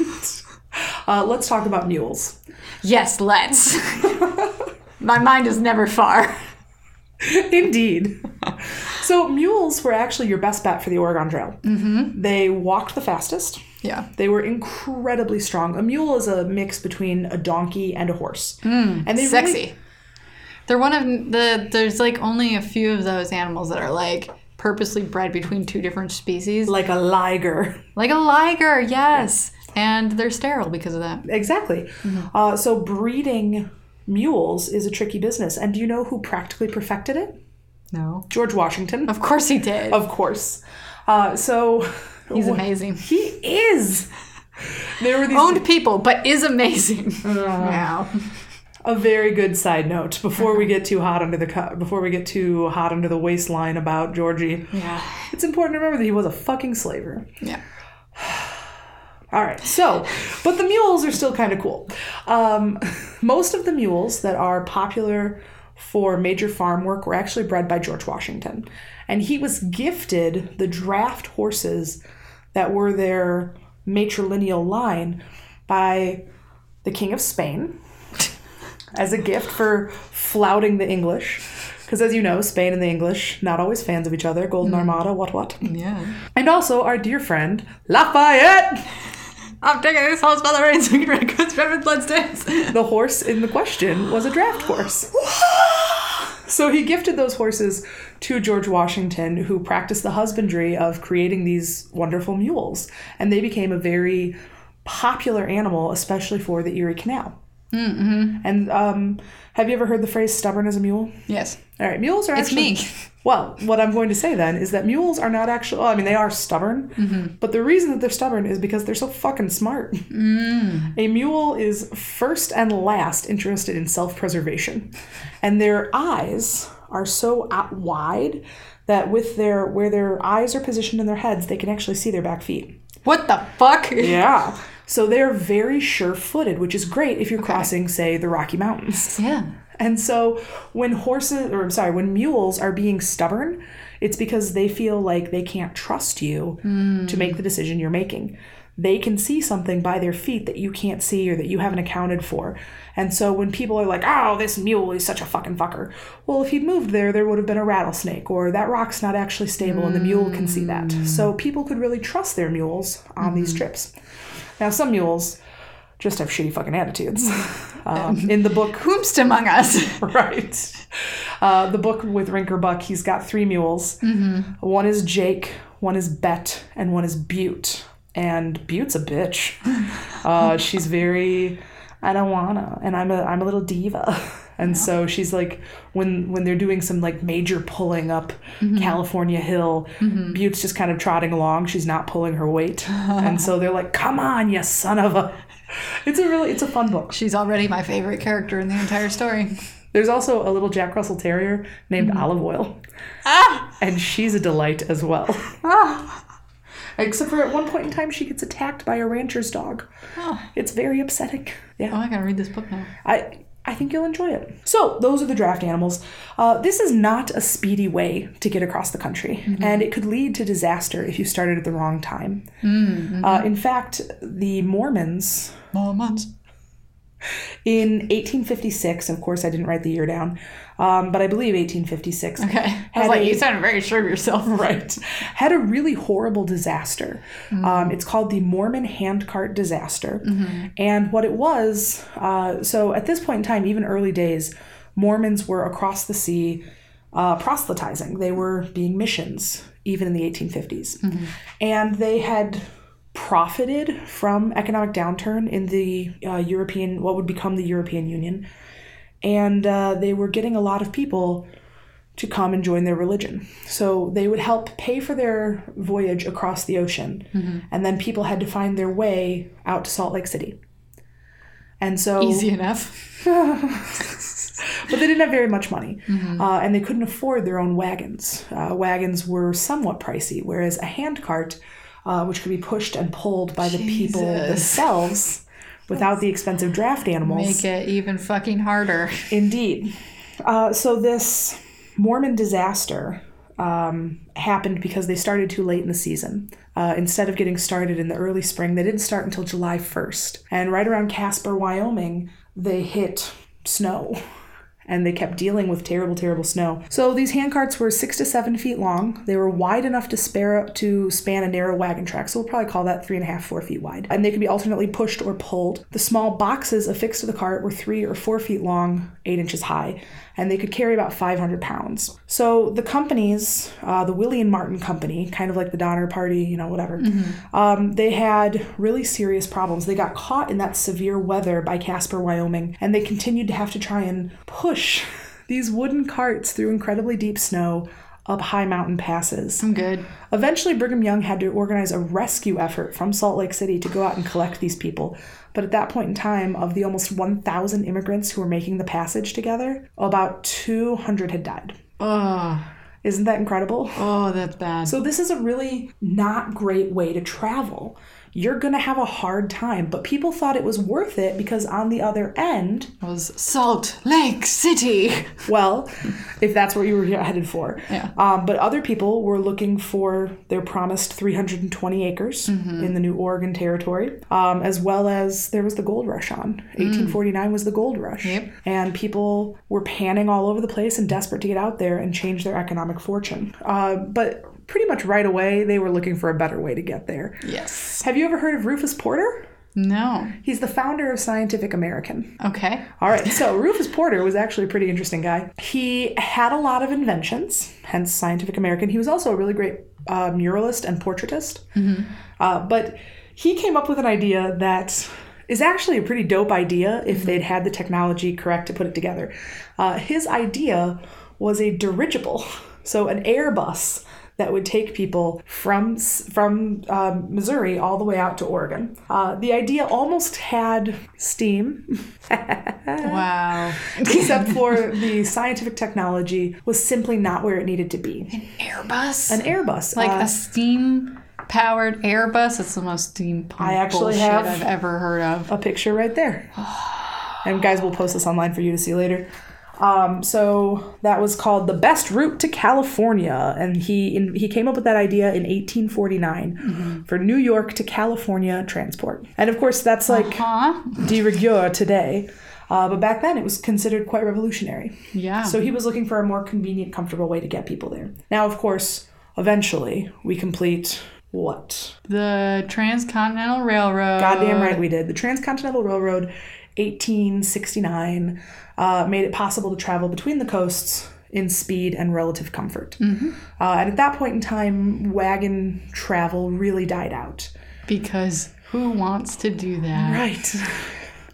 B: uh, let's talk about mules.
C: Yes, let's. My mind is never far.
B: Indeed. so mules were actually your best bet for the Oregon Trail. Mm-hmm. They walked the fastest.
C: Yeah.
B: They were incredibly strong. A mule is a mix between a donkey and a horse. and they really-
C: Mm, Sexy. They're one of the there's like only a few of those animals that are like purposely bred between two different species.
B: like a liger.
C: Like a liger, yes. And they're sterile because of that.
B: Exactly.
C: Mm-hmm.
B: Uh, so breeding mules is a tricky business. And do you know who practically perfected it?
C: No.
B: George Washington,
C: Of course he did.
B: of course. Uh, so
C: He's amazing.
B: he is. There were these
C: owned people, but is amazing. Wow.
B: a very good side note before we get too hot under the co- before we get too hot under the waistline about Georgie.
C: Yeah.
B: It's important to remember that he was a fucking slaver.
C: Yeah.
B: All right, so but the mules are still kind of cool. Um, most of the mules that are popular for major farm work were actually bred by George Washington, and he was gifted the draft horses that were their matrilineal line by the King of Spain as a gift for flouting the English. Because, as you know, Spain and the English, not always fans of each other. Golden Armada, what, what.
A: Mm-hmm.
C: Yeah.
B: And also our dear friend, Lafayette,
C: I'm taking this horse by the reins and records better blood dance.
B: the horse in the question, was a draft horse. So he gifted those horses to George Washington, who practiced the husbandry of creating these wonderful mules. And they became a very popular animal, especially for the Erie Canal. Mm-hmm. And um, have you ever heard the phrase stubborn as a mule?
C: Yes.
B: All right, mules are
C: It's
B: actually.
C: me.
B: Well, what I'm going to say then is that mules are not actually. Well, I mean, they are stubborn,
C: Mm-hmm.
B: but the reason that they're stubborn is because they're so fucking smart.
C: Mm.
B: A mule is first and last interested in self preservation, and their eyes are so out wide that with their where their eyes are positioned in their heads, they can actually see their back feet.
C: What the fuck?
B: Yeah. So they're very sure footed, which is great if you're crossing, say, the Rocky Mountains.
C: Yeah.
B: And so when horses, or I'm sorry, when mules are being stubborn, it's because they feel like they can't trust you to make the decision you're making. They can see something by their feet that you can't see or that you haven't accounted for. And so when people are like, oh, this mule is such a fucking fucker, well, if he'd moved there, there would have been a rattlesnake, or that rock's not actually stable and the mule can see that. So people could really trust their mules on these trips. Now, some mules just have shitty fucking attitudes. um, in the book,
C: Whomst among us.
B: right. Uh, the book with Rinkerbuck, he's got three mules. One is Jake, one is Bet, and one is Butte. And Butte's a bitch. Uh, she's very, I don't wanna, and I'm a, I'm a little diva. And so she's like, when when they're doing some like major pulling up California Hill, Butte's just kind of trotting along. She's not pulling her weight, and so they're like, "Come on, you son of a!" It's a really it's a fun book.
C: She's already my favorite character in the entire story.
B: There's also a little Jack Russell Terrier named Olive Oil,
C: Mm-hmm. Ah!
B: and she's a delight as well.
C: Ah!
B: Except for at one point in time, she gets attacked by a rancher's dog.
C: Oh.
B: It's very upsetting. Yeah.
C: Oh, I gotta read this book now.
B: I I think you'll enjoy it. So those are the draft animals. Uh, this is not a speedy way to get across the country,
C: Mm-hmm.
B: and it could lead to disaster if you started at the wrong time.
C: Mm-hmm.
B: Uh, in fact, the Mormons
C: Mormons.
B: in 1856, of course, I didn't write the year down, um, but I believe 1856.
C: Okay. I
B: Had
C: was like,
B: a-
C: you sounded very sure of yourself.
B: Right. Had a really horrible disaster. Um, it's called the Mormon handcart disaster. And what it was, uh, so at this point in time, even early days, Mormons were across the sea uh, proselytizing. They were being missions, even in the 1850s. And they had profited from economic downturn in the uh, European, what would become the European Union. And uh, they were getting a lot of people to come and join their religion. So they would help pay for their voyage across the ocean,
C: Mm-hmm.
B: and then people had to find their way out to Salt Lake City. And so,
C: Easy enough.
B: but they didn't have very much money,
C: Mm-hmm.
B: uh, and they couldn't afford their own wagons. Uh, wagons were somewhat pricey, whereas a hand cart, uh, which could be pushed and pulled by the people
C: Jesus.
B: themselves without the expensive draft animals,
C: Make it even fucking harder.
B: Indeed. Uh, so this Mormon disaster um, happened because they started too late in the season. Uh, instead of getting started in the early spring, they didn't start until July 1st. And right around Casper, Wyoming, they hit snow. And they kept dealing with terrible, terrible snow. So these handcarts were six to seven feet long. They were wide enough to spare to span a narrow wagon track, so we'll probably call that three and a half, four feet wide. And they could be alternately pushed or pulled. The small boxes affixed to the cart were three or four feet long, eight inches high, and they could carry about 500 pounds. So the companies, uh, the Willie and Martin Company, kind of like the Donner Party, you know, whatever, um, they had really serious problems. They got caught in that severe weather by Casper, Wyoming, and they continued to have to try and push these wooden carts through incredibly deep snow up high mountain passes.
C: I'm good.
B: Eventually, Brigham Young had to organize a rescue effort from Salt Lake City to go out and collect these people. But at that point in time, of the almost 1,000 immigrants who were making the passage together, about 200 had died.
C: Oh,
B: Isn't that incredible?
C: oh, that's bad.
B: So, this is a really not great way to travel. You're going to have a hard time, but people thought it was worth it because on the other end,
C: It was Salt Lake City.
B: well, if that's what you were headed for.
C: Yeah.
B: Um, but other people were looking for their promised 320 acres
C: Mm-hmm.
B: in the new Oregon Territory, um, as well as there was the gold rush on. 1849 was the gold rush.
C: Mm. Yep.
B: And people were panning all over the place and desperate to get out there and change their economic fortune. Uh, but pretty much right away, they were looking for a better way to get there.
C: Yes.
B: Have you ever heard of Rufus Porter?
C: No.
B: He's the founder of Scientific American.
C: Okay.
B: All right, so Rufus Porter was actually a pretty interesting guy. He had a lot of inventions, hence Scientific American. He was also a really great uh, muralist and portraitist. Uh, but he came up with an idea that is actually a pretty dope idea if they'd had the technology correct to put it together. Uh, his idea was a dirigible, so an Airbus that would take people from s- from um, Missouri all the way out to Oregon. Uh, the idea almost had steam.
C: Wow.
B: except for the scientific technology was simply not where it needed to be.
C: Airbus.
B: An Airbus,
C: like
B: uh,
C: a steam powered Airbus. It's the most steam
B: I actually
C: bullshit
B: have-
C: I've ever heard of.
B: a picture right there. And guys, we'll post this online for you to see later. Um, so that was called the best route to California, and he in, he came up with that idea in 1849 for New York to California transport. And of course, that's like
C: Huh?
B: de rigueur today, uh, but back then it was considered quite revolutionary.
C: Yeah.
B: So he was looking for a more convenient, comfortable way to get people there. Now, of course, eventually we complete what?
C: the Transcontinental Railroad.
B: Goddamn right we did. The Transcontinental Railroad, 1869, uh, made it possible to travel between the coasts in speed and relative comfort. Uh, and at that point in time, wagon travel really died out.
C: Because who wants to do that?
B: Right.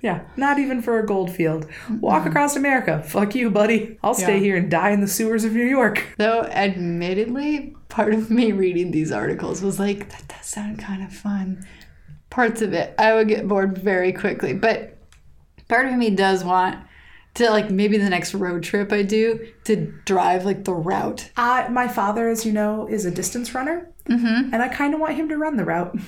B: Yeah, not even for a gold field. Walk across America. Fuck you, buddy. I'll stay
C: Yeah.
B: here and die in the sewers of New York.
C: Though, admittedly, part of me reading these articles was like, that does sound kind of fun. Parts of it, I would get bored very quickly. But part of me does want to, like, maybe the next road trip I do, to drive, like, the route.
B: I, my father, as you know, is a distance runner, and I kind of want him to run the route.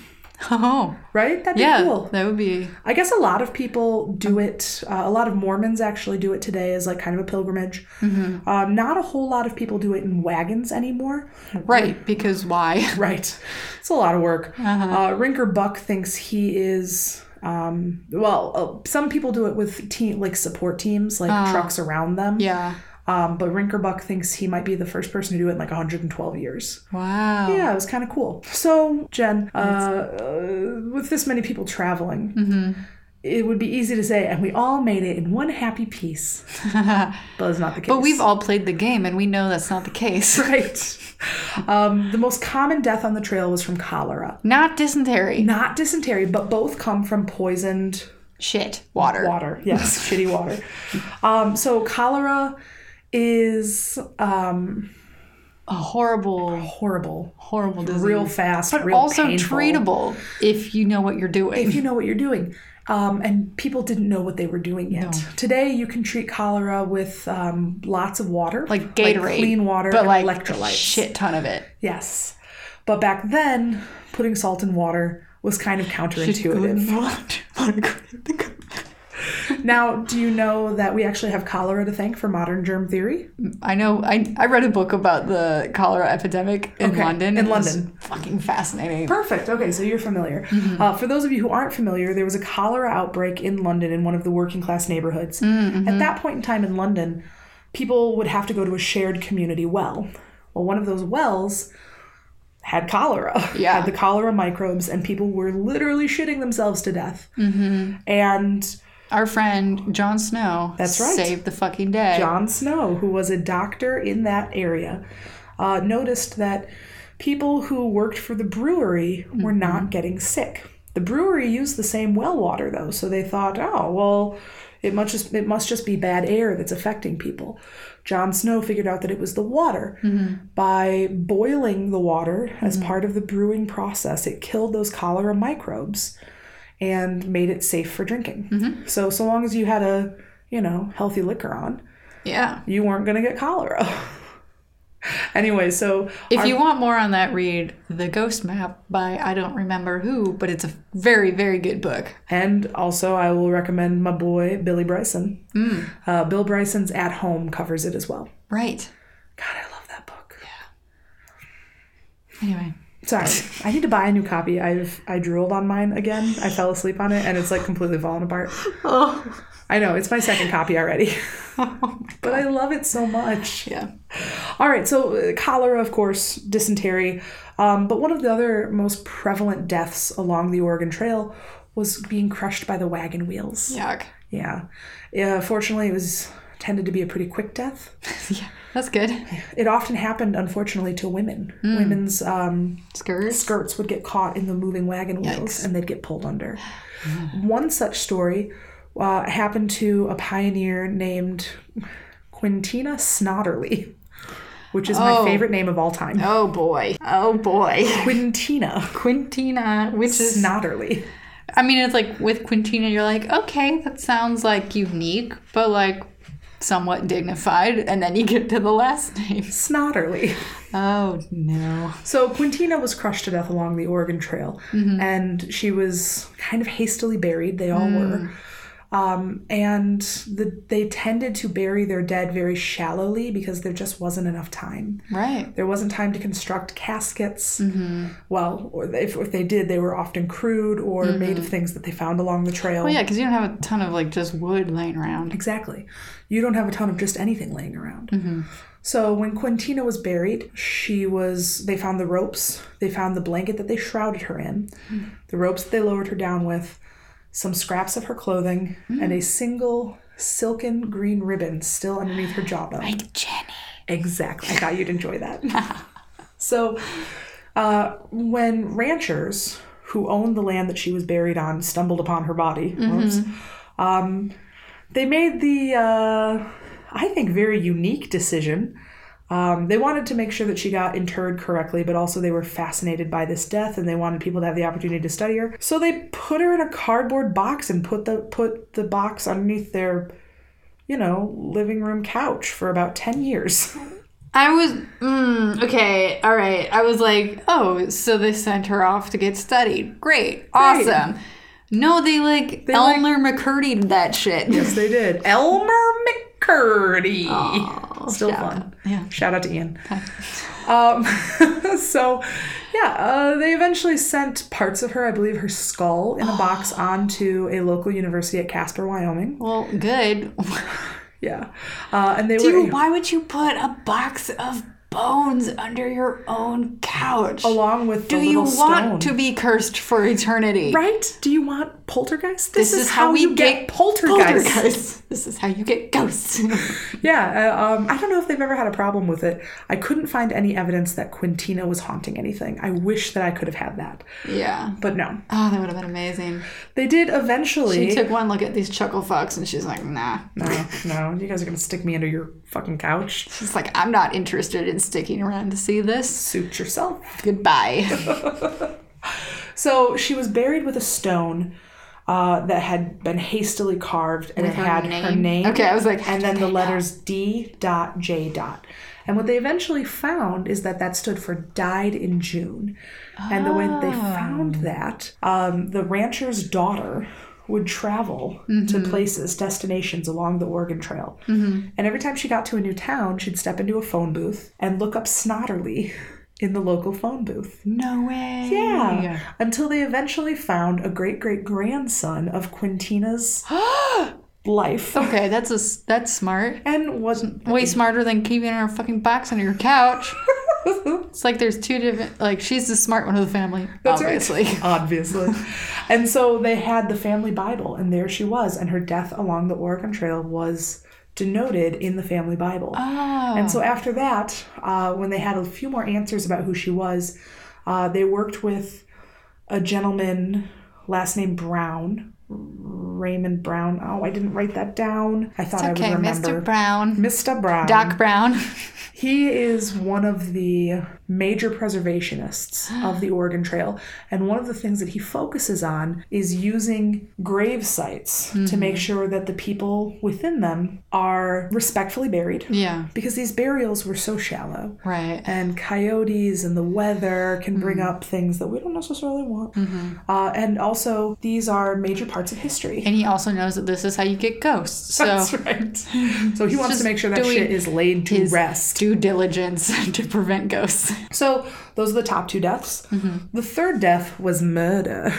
C: Oh,
B: Right? That'd be
C: yeah.
B: cool.
C: That would be.
B: I guess a lot of people do it. Uh, a lot of Mormons actually do it today as like kind of a pilgrimage. Um, not a whole lot of people do it in wagons anymore.
C: Right, because why?
B: Right. It's a lot of work.
C: Uh-huh.
B: Uh, Rinker Buck thinks he is. Um, well, uh, some people do it with team like support teams, like trucks around them.
C: Uh-huh. yeah.
B: Um, but Rinkerbuck thinks he might be the first person to do it in like 112 years.
C: Wow.
B: Yeah, it was kind of cool. So, Jen, uh, uh, with this many people traveling,
C: Mm-hmm.
B: it would be easy to say, and we all made it in one happy piece. but it's not the case.
C: But we've all played the game and we know that's not the case.
B: Right. Um, the most common death on the trail was from cholera.
C: Not dysentery.
B: Not dysentery, but both come from poisoned
C: Shit. Water.
B: water. Yes, shitty water. Um, so, cholera is um,
C: A horrible,
B: horrible,
C: horrible disease.
B: real fast,
C: but
B: real
C: also
B: painful.
C: treatable if you know what you're doing.
B: if you know what you're doing. Um, and people didn't know what they were doing yet. Today, you can treat cholera with um, lots of water,
C: like Gatorade,
B: clean water,
C: but
B: and
C: like
B: electrolytes.
C: shit ton of it.
B: Yes, but back then, putting salt in water was kind of counterintuitive. now, do you know that we actually have cholera to thank for modern germ theory?
C: I know. I, I read a book about the cholera epidemic in
B: Okay,
C: London.
B: in
C: It was
B: London.
C: fucking fascinating.
B: Perfect. Okay, so you're familiar. Uh, for those of you who aren't familiar, there was a cholera outbreak in London in one of the working class neighborhoods. At that point in time in London, people would have to go to a shared community well. Well, one of those wells had cholera,
C: Yeah.
B: had the cholera microbes, and people were literally shitting themselves to death. And
C: Our friend Jon Snow.
B: That's right.
C: Saved the fucking day.
B: John Snow, who was a doctor in that area, uh, noticed that people who worked for the brewery were not getting sick. The brewery used the same well water though, so they thought, oh well, it must just it must just be bad air that's affecting people. John Snow figured out that it was the water. By boiling the water as part of the brewing process, it killed those cholera microbes and made it safe for drinking. So so long as you had a you know healthy liquor on,
C: yeah.
B: you weren't going to get cholera. anyway, so
C: If you want more on that, read The Ghost Map by I don't remember who, but it's a very, very good book.
B: and also I will recommend my boy Billy Bryson. Uh, Bill Bryson's At Home covers it as well.
C: Right.
B: God, I love that book.
C: Anyway.
B: Sorry, I need to buy a new copy. I've I drooled on mine again. I fell asleep on it, and it's like completely fallen apart.
C: Oh.
B: I know it's my second copy already, but I love it so much.
C: Yeah.
B: All right, so uh, cholera, of course, dysentery, um, but one of the other most prevalent deaths along the Oregon Trail was being crushed by the wagon wheels.
C: Yuck.
B: Yeah. yeah fortunately, it was tended to be a pretty quick death.
C: Yeah. That's good.
B: It often happened, unfortunately, to women.
C: Hmm.
B: Women's um,
C: Skirts.
B: skirts would get caught in the moving wagon wheels
C: Yikes.
B: and they'd get pulled under. One such story uh, happened to a pioneer named Quintina Snodderly, which is my
C: Oh.
B: favorite name of all time.
C: Oh boy. Oh boy.
B: Quintina
C: Quintina, which is
B: Snodderly.
C: I mean, it's like with Quintina, you're like, okay, that sounds like unique, but like somewhat dignified, and then you get to the last names.
B: Snodderly.
C: Oh no.
B: So Quintina was crushed to death along the Oregon Trail,
C: Mm-hmm.
B: and she was kind of hastily buried. They all
C: Mm.
B: were. Um, and the, they tended to bury their dead very shallowly because there just wasn't enough time.
C: Right.
B: There wasn't time to construct caskets. Well, or if, if they did, they were often crude or made of things that they found along the trail.
C: Well, yeah, because you don't have a ton of like just wood laying around.
B: Exactly. You don't have a ton of just anything laying around.
C: Mm-hmm.
B: So when Quintina was buried, she was they found the ropes, they found the blanket that they shrouded her in,
C: Hmm.
B: the ropes that they lowered her down with, some scraps of her clothing,
C: Hmm.
B: and a single silken green ribbon still underneath her jawbone.
C: Like Jenny.
B: Exactly. I thought you'd enjoy that. so, uh,
C: Mm-hmm.
B: when ranchers who owned the land that she was buried on stumbled upon her body, whoops, Um, they made the, uh, I think, very unique decision. Um, they wanted to make sure that she got interred correctly, but also they were fascinated by this death and they wanted people to have the opportunity to study her. So they put her in a cardboard box and put the put the box underneath their, you know, living room couch for about ten years.
C: I was mm, okay. All right. I was like, oh, so they sent her off to get studied. Great, awesome. No, they like
B: like-
C: Elmer McCurdy that shit.
B: yes, they did. Elmer McCurdy. Still
C: shout
B: fun.
C: out. Yeah.
B: Shout out to Ian. Um, so, yeah, uh, they eventually sent parts of her, I believe her skull, in a box onto a local university at Casper, Wyoming.
C: Well, good.
B: Yeah. Uh, and they
C: Dude,
B: were
C: why would you put a box of bones under your own couch?
B: along with the
C: Do you
B: little
C: want
B: stone.
C: to be cursed for eternity?
B: Right? Do you want poltergeist?
C: This, is, how, we
B: you get, poltergeist.
C: poltergeists. This is how you get ghosts.
B: Yeah, uh, um, I don't know if they've ever had a problem with it. I couldn't find any evidence that Quintina was haunting anything. I wish that I could have had that,
C: yeah.
B: but no.
C: Oh, that would have been amazing.
B: They did eventually.
C: She took one look at these chuckle fucks and she's like, nah.
B: no, no, you guys are gonna stick me under your fucking couch.
C: She's like, I'm not interested in sticking around to see this.
B: Suit yourself.
C: Goodbye.
B: So she was buried with a stone uh, that had been hastily carved, and it
C: her
B: had her
C: name?
B: name.
C: Okay, I was like,
B: and then the letters D. Dot J. Dot. And what they eventually found is that that stood for died in June. And the way that they
C: Oh.
B: found that, um, the rancher's daughter would travel to
C: Mm-hmm.
B: places, destinations along the Oregon Trail. And every time she got to a new town, she'd step into a phone booth and look up Snotterly in the local phone booth.
C: No way.
B: Yeah. Until they eventually found a great great grandson of Quintina's life.
C: Okay, that's a, s- that's smart.
B: And wasn't
C: Way smarter than keeping her fucking box under your couch. it's like there's two different. Like she's the smart one of the family,
B: That's right.
C: obviously.
B: obviously. and so they had the family Bible, and there she was, and her death along the Oregon Trail was denoted in the family Bible.
C: Ah.
B: And so after that, uh, when they had a few more answers about who she was, uh, they worked with a gentleman, last name Brown. Raymond Brown. Oh, I didn't write that down. I thought I
C: Okay,
B: would remember. Mm-hmm.
C: Mr. Brown,
B: Mr. Brown.
C: Doc Brown.
B: He is one of the major preservationists of the Oregon Trail. And one of the things that he focuses on is using grave sites to
C: Mm-hmm.
B: make sure that the people within them are respectfully buried.
C: yeah,
B: Because these burials were so shallow.
C: right.
B: And coyotes and the weather can bring
C: Mm-hmm.
B: up things that we don't necessarily want. Uh, and also, these are major parts of history.
C: And he also knows that this is how you get ghosts. So
B: That's right. So he wants
C: just
B: to make sure that
C: doing
B: shit is laid to
C: his
B: rest.
C: due diligence to prevent ghosts.
B: So those are the top two deaths.
C: Mm-hmm.
B: The third death was murder.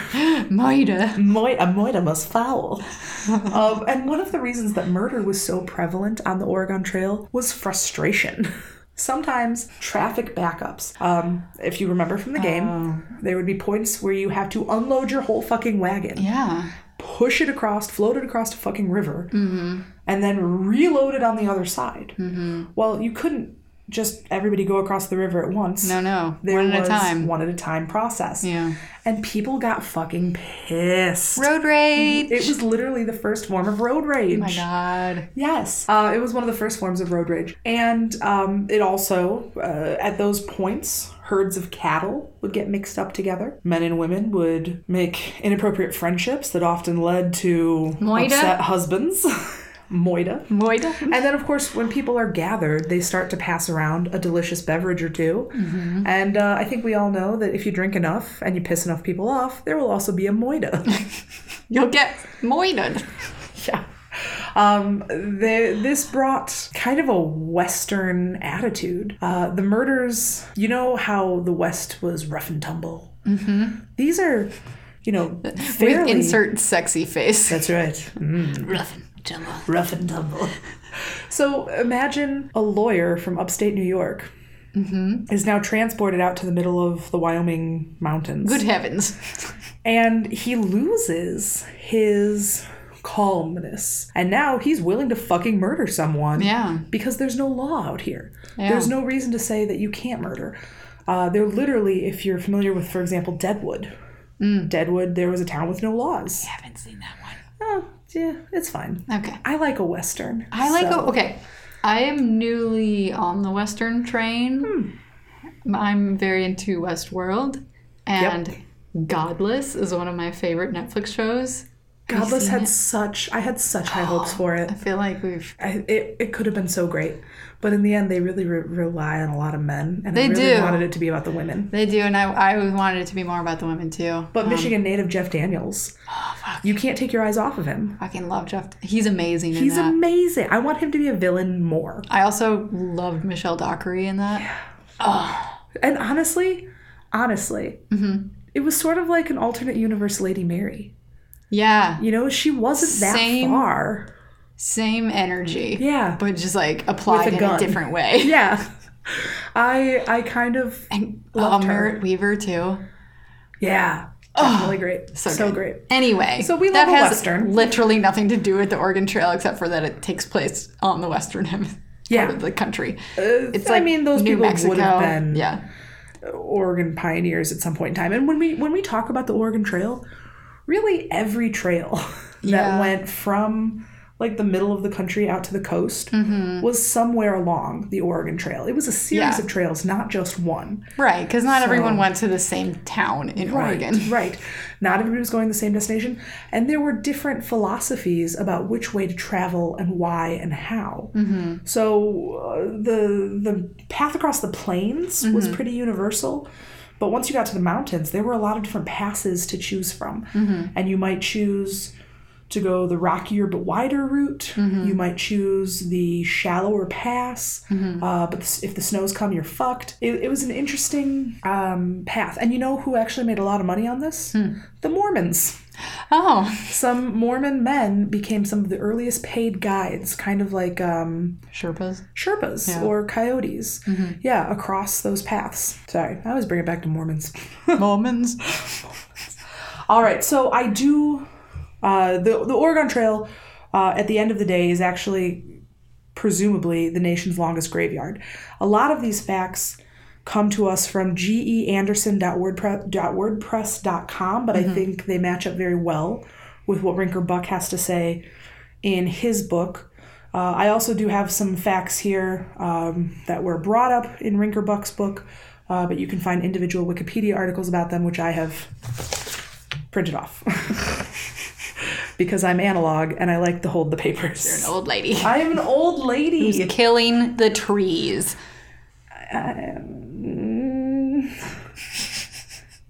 C: Maida.
B: Moida, moida was foul. um, and one of the reasons that murder was so prevalent on the Oregon Trail was frustration. Sometimes traffic backups. Um, if you remember from the game,
C: Oh.
B: there would be points where you have to unload your whole fucking wagon,
C: Yeah.
B: push it across, float it across a fucking river,
C: Mm-hmm.
B: and then reload it on the other side. Well, you couldn't just everybody go across the river at once
C: No, no.
B: there
C: One at a
B: was
C: time.
B: one at a time process.
C: Yeah.
B: And people got fucking pissed.
C: Road rage.
B: It was literally the first form of road rage.
C: oh my god.
B: Yes. Uh, it was one of the first forms of road rage. And um, it also, uh, at those points, herds of cattle would get mixed up together. Men and women would make inappropriate friendships that often led to
C: Moida?
B: upset husbands. Moida.
C: Moida.
B: And then, of course, when people are gathered, they start to pass around a delicious beverage or 2 And uh, I think we all know that if you drink enough and you piss enough people off, there will also be a moida.
C: You'll get moided.
B: yeah. Um, the, this brought kind of a Western attitude. Uh, the murders, you know how the West was rough and tumble? Mm-hmm. These are, you know, fairly.
C: With insert sexy face.
B: That's right. rough and tumble. So imagine a lawyer from upstate New York
C: Mm-hmm.
B: is now transported out to the middle of the Wyoming mountains,
C: Good heavens.
B: and he loses his calmness, and now he's willing to fucking murder someone.
C: Yeah.
B: because there's no law out here.
C: Yeah.
B: There's no reason to say that you can't murder. Uh, they're literally, if you're familiar with,
C: Mm.
B: for example, Deadwood. Deadwood, there was a town with no laws.
C: Haven't seen that one.
B: Oh, Yeah, it's fine.
C: Okay.
B: I like a western.
C: I like
B: so-
C: a, okay. I am newly on the Western train.
B: Hmm.
C: I'm very into Westworld, and Godless is one of my favorite Netflix shows. Have you
B: Godless
C: seen
B: had
C: it?
B: such I had such high hopes for it.
C: I feel like we've.
B: I, it, it could have been so great, but in the end, they really re- rely on a lot of men, and I
C: They
B: really
C: do.
B: wanted it to be about the women.
C: They do, and I, I wanted it to be more about the women too.
B: But Michigan native Jeff Daniels, you can't take your eyes off of him.
C: Fucking love Jeff. He's amazing in
B: He's
C: that.
B: amazing. I want him to be a villain more.
C: I also loved Michelle Dockery in that.
B: And honestly, honestly,
C: Mm-hmm.
B: it was sort of like an alternate universe Lady Mary.
C: Yeah,
B: You know, she wasn't that
C: Same.
B: far.
C: same energy.
B: Yeah.
C: but just like
B: With
C: applied
B: a
C: in
B: gun.
C: a different way.
B: Yeah. I I kind of
C: And uh,
B: Loved her.
C: Merritt Weaver too.
B: yeah. Definitely great. So,
C: so good.
B: great.
C: Anyway,
B: So we love
C: that
B: a
C: has
B: Western.
C: literally nothing to do with the Oregon Trail except for that it takes place on the western hem-
B: Yeah.
C: part of the country.
B: Uh,
C: It's
B: I
C: like
B: mean, those
C: New
B: people
C: Mexico.
B: would have been
C: yeah.
B: Oregon pioneers at some point in time. And when we when we talk about the Oregon Trail, really every trail that
C: Yeah.
B: went from like the middle of the country out to the coast was somewhere along the Oregon Trail. It was a series
C: Mm-hmm. Yeah.
B: of trails, not just one.
C: Right, because not everyone went to the same town in Oregon.
B: Right, right. Not everybody was going the same destination. And there were different philosophies about which way to travel and why and how. So uh, the the path across the plains was pretty universal. But once you got to the mountains, there were a lot of different passes to choose from. And you might choose to go the rockier but wider route. You might choose the shallower pass, uh, but s- if the snows come, you're fucked. It, it was an interesting um, path. And you know who actually made a lot of money on this? The Mormons.
C: Oh,
B: Some Mormon men became some of the earliest paid guides, kind of like um,
C: Sherpas.
B: Sherpas or coyotes. Yeah, across those paths. Sorry, I always bring it back to Mormons.
C: Mormons.
B: All right, so I do. Uh, the the Oregon Trail, uh, at the end of the day, is actually presumably the nation's longest graveyard. A lot of these facts come to us from geanderson.wordpress.wordpress.com, but I think they match up very well with what Rinker Buck has to say in his book. Uh, I also do have some facts here um, that were brought up in Rinker Buck's book, uh, but you can find individual Wikipedia articles about them, which I have printed off because I'm analog and I like to hold the papers.
C: An old lady.
B: I am an old lady.
C: Killing the trees.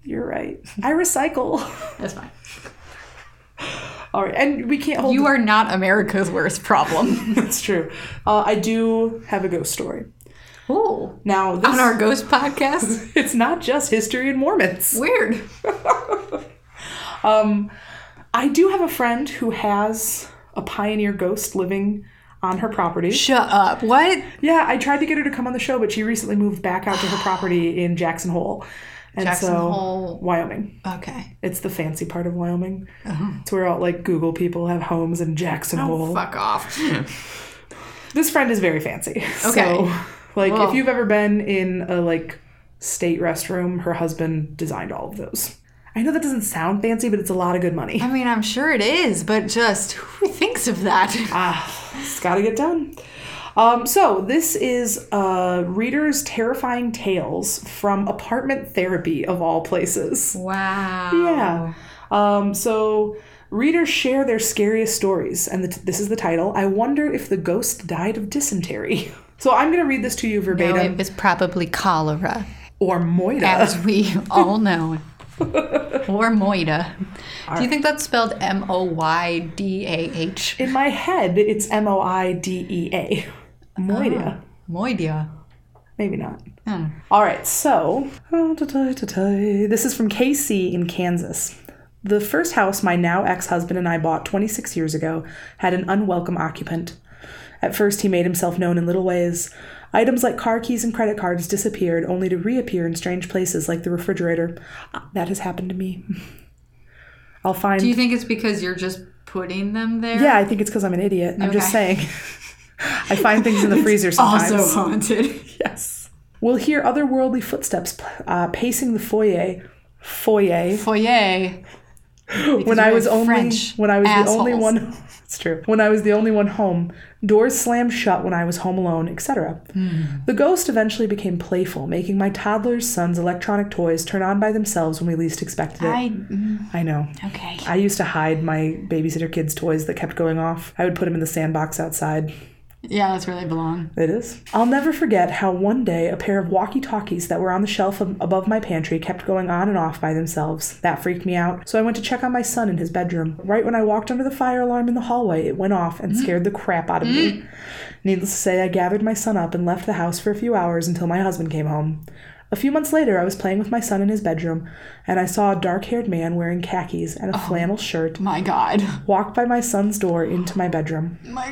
B: You're right. I recycle.
C: That's fine.
B: All right, and we can't hold.
C: You are not America's worst problem.
B: That's true. Uh, I do have a ghost story.
C: Ooh.
B: Now, this,
C: On our ghost podcast?
B: it's not just history and Mormons.
C: Weird.
B: I do have a friend who has a pioneer ghost living on her property.
C: Shut up. What?
B: Yeah, I tried to get her to come on the show, but she recently moved back out to her property in Jackson Hole, and
C: Jackson
B: so
C: Hole.
B: Wyoming.
C: Okay.
B: It's the fancy part of Wyoming.
C: Uh-huh.
B: It's where all like Google people have homes in Jackson Hole.
C: Fuck off.
B: this friend is very fancy. So,
C: Okay.
B: like,
C: Whoa.
B: if you've ever been in a like state restroom, her husband designed all of those. I know that doesn't sound fancy, but it's a lot of good money.
C: I mean, I'm sure it is, but just who thinks of that?
B: Ah, it's got to get done. Um, so this is uh, readers' terrifying tales from apartment therapy of all places. Yeah.
C: Wow.
B: Um, so readers share their scariest stories, and the, this is the title. I wonder if the ghost died of dysentery. So I'm going to read this to you verbatim,
C: it was probably cholera,
B: or moida.
C: as we all know. or moida. Do you think that's spelled M O Y D A H?
B: In my head, it's M O I D E A. Moida.
C: Moidia.
B: Maybe not.
C: Oh. Hmm.
B: All right, so this is from KC in Kansas. The first house my now ex husband and I bought 26 years ago had an unwelcome occupant. At first, he made himself known in little ways. Items like car keys and credit cards disappeared, only to reappear in strange places like the refrigerator. Ah, That has happened to me. I'll find.
C: Do you think it's because you're just putting them there?
B: yeah, I think it's because I'm an idiot. I'm just saying. I
C: Okay.
B: find things in the freezer sometimes.
C: Also haunted.
B: Yes. We'll hear otherworldly footsteps uh, pacing the foyer. Foyer.
C: Foyer.
B: when I
C: we're
B: was only
C: French
B: when I was the only
C: assholes.
B: one. It's true. When I was the only one home, doors slammed shut when I was home alone, etc.
C: Hmm.
B: The ghost eventually became playful, making my toddler's son's electronic toys turn on by themselves when we least expected it.
C: I mm,
B: I know.
C: okay.
B: I used to hide my babysitter kids' toys that kept going off. I would put them in the sandbox outside.
C: Yeah, that's where they belong.
B: It is. I'll never forget how one day a pair of walkie talkies that were on the shelf ab- above my pantry kept going on and off by themselves. That freaked me out, so I went to check on my son in his bedroom. Right when I walked under the fire alarm in the hallway, it went off and scared the crap out of me. Needless to say, I gathered my son up and left the house for a few hours until my husband came home. A few months later, I was playing with my son in his bedroom, and I saw a dark haired man wearing khakis and a flannel shirt
C: My God.
B: walk by my son's door into my bedroom.
C: My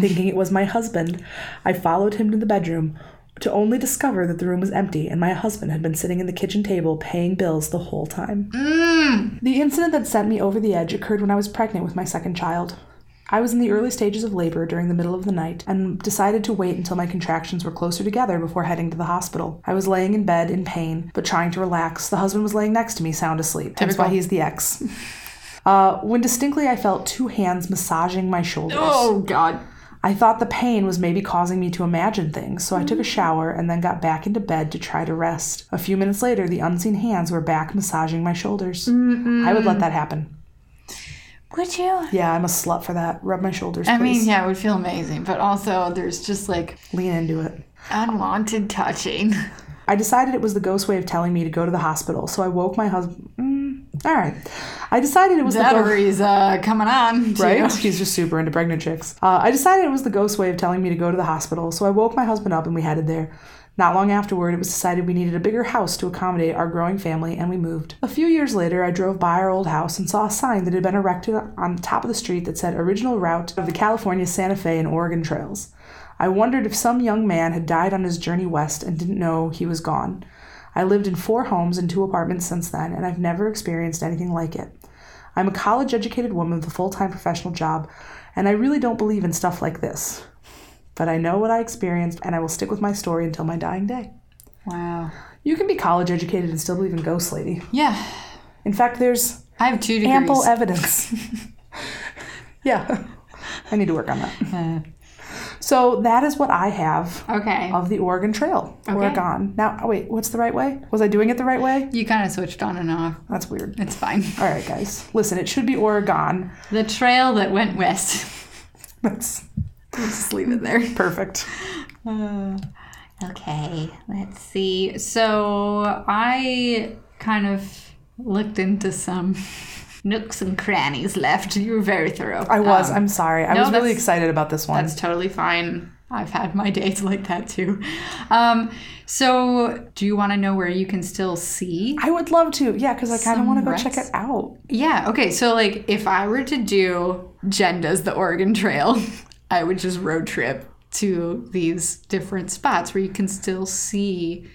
B: Thinking it was my husband, I followed him to the bedroom to only discover that the room was empty and my husband had been sitting in the kitchen table paying bills the whole time.
C: Mm.
B: The incident that sent me over the edge occurred when I was pregnant with my second child. I was in the early stages of labor during the middle of the night and decided to wait until my contractions were closer together before heading to the hospital. I was laying in bed in pain, but trying to relax. The husband was laying next to me, sound asleep. That's why
C: Typical.
B: he's the ex. Uh, when distinctly I felt two hands massaging my shoulders.
C: Oh God.
B: I thought the pain was maybe causing me to imagine things, so I took a
C: Mm.
B: shower and then got back into bed to try to rest. A few minutes later, the unseen hands were back massaging my shoulders. I would let that happen.
C: Would you?
B: Yeah, I'm a slut for that. Rub my shoulders,
C: I
B: please.
C: mean, yeah, it would feel amazing, but also there's just like
B: Lean into it.
C: unwanted touching.
B: I decided it was the ghost way of telling me to go to the hospital, so I woke my husband. Mm, all right. I decided it was the ghost.
C: Batteries uh, coming on. to
B: Right?
C: you.
B: She's just super into pregnant chicks. Uh, I decided it was the ghost way of telling me to go to the hospital, so I woke my husband up and we headed there. Not long afterward, it was decided we needed a bigger house to accommodate our growing family, and we moved. A few years later, I drove by our old house and saw a sign that had been erected on top of the street that said Original Route of the California, Santa Fe, and Oregon Trails. I wondered if some young man had died on his journey west and didn't know he was gone. I lived in four homes and two apartments since then, and I've never experienced anything like it. I'm a college educated woman with a full time professional job, and I really don't believe in stuff like this. But I know what I experienced, and I will stick with my story until my dying day.
C: Wow.
B: You can be college educated and still believe in ghosts, lady.
C: Yeah.
B: In fact, there's
C: I have two degrees.
B: ample evidence. yeah, I need to work on that. So, that is what I have
C: okay.
B: of the Oregon Trail. Oregon. Now, oh, wait, what's the right way? Was I doing it the right way?
C: You kind of switched on and off.
B: That's weird.
C: It's fine.
B: All right, guys. Listen, it should be Oregon.
C: The trail that went west.
B: That's
C: Just leave it there.
B: perfect.
C: Uh, okay, let's see. So I kind of looked into some nooks and crannies left. You were very thorough.
B: I was.
C: Um,
B: I'm sorry. I
C: no,
B: was really
C: that's-
B: excited about this one.
C: that's totally fine. I've had my days like that too. Um, so, do you want to know where you can still see?
B: I would love to. Yeah, because I kind of
C: Some
B: want to go
C: wrecks.
B: check it out.
C: Yeah, okay. So, like, if I were to do Jenda's the Oregon Trail, I would just road trip to these different spots where you can still see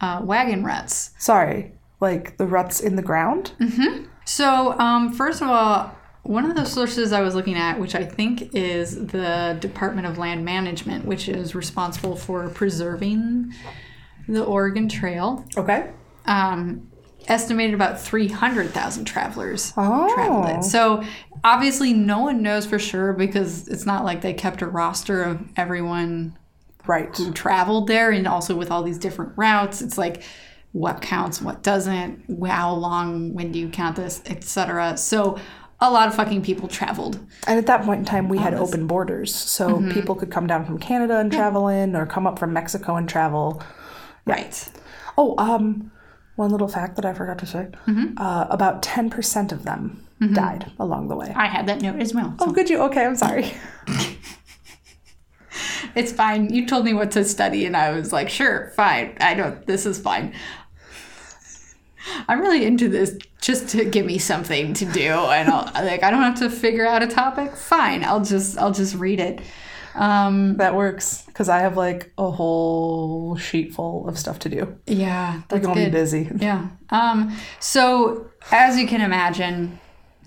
C: uh, wagon ruts.
B: Sorry. Like the ruts in the ground?
C: Mm. So, um, first of all, one of the sources I was looking at, which I think is the Department of Land Management, which is responsible for preserving the Oregon Trail,
B: Okay.
C: um, estimated about 300,000 travelers
B: Oh.
C: traveled it. So, obviously, no one knows for sure because it's not like they kept a roster of everyone
B: Right.
C: who traveled there and also with all these different routes it's like what counts and what doesn't how long when do you count this etc so a lot of fucking people traveled
B: And at that point in time, we had open borders. So
C: Mm-hmm.
B: people could come down from Canada and travel in, or come up from Mexico and travel.
C: right
B: Oh, um, one little fact that I forgot to say
C: Mm-hmm.
B: uh, about 10% of them died along the way.
C: i had that note as well so
B: Oh, could you? Okay, I'm sorry.
C: Mm-hmm. it's fine you told me what to study and i was like sure fine i don't this is fine i'm really into this just to give me something to do and I'll, like i don't have to figure out a topic fine i'll just i'll just read it um
B: That works because I have like a whole sheet full of stuff to do.
C: yeah that's
B: We're going to be
C: good
B: busy.
C: Yeah. Um, so as you can imagine,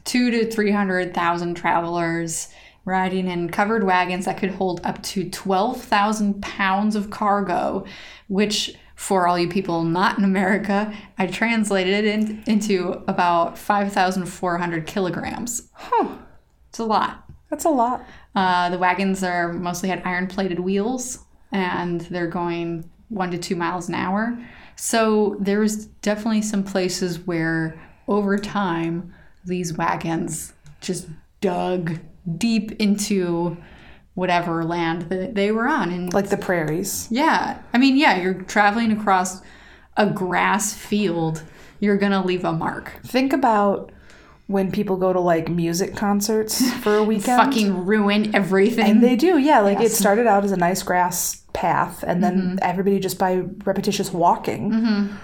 C: two to three hundred thousand travelers riding in covered wagons that could hold up to twelve thousand pounds of cargo, which for all you people not in America, I translated it in, into about 5,400 kilograms.
B: Huh.
C: It's a lot.
B: That's a lot.
C: Uh, the wagons are mostly had iron plated wheels and they're going one to two miles an hour. So there's definitely some places where over time these wagons just dug deep into whatever land that they were on. And
B: Like the prairies.
C: yeah, I mean, yeah, you're traveling across a grass field, you're gonna leave a mark.
B: Think about when people go to like music concerts for a weekend.
C: Fucking ruin everything.
B: And they do, yeah. Like it started out as a nice grass path, and then
C: Mm-hmm.
B: everybody just by repetitious walking
C: I'm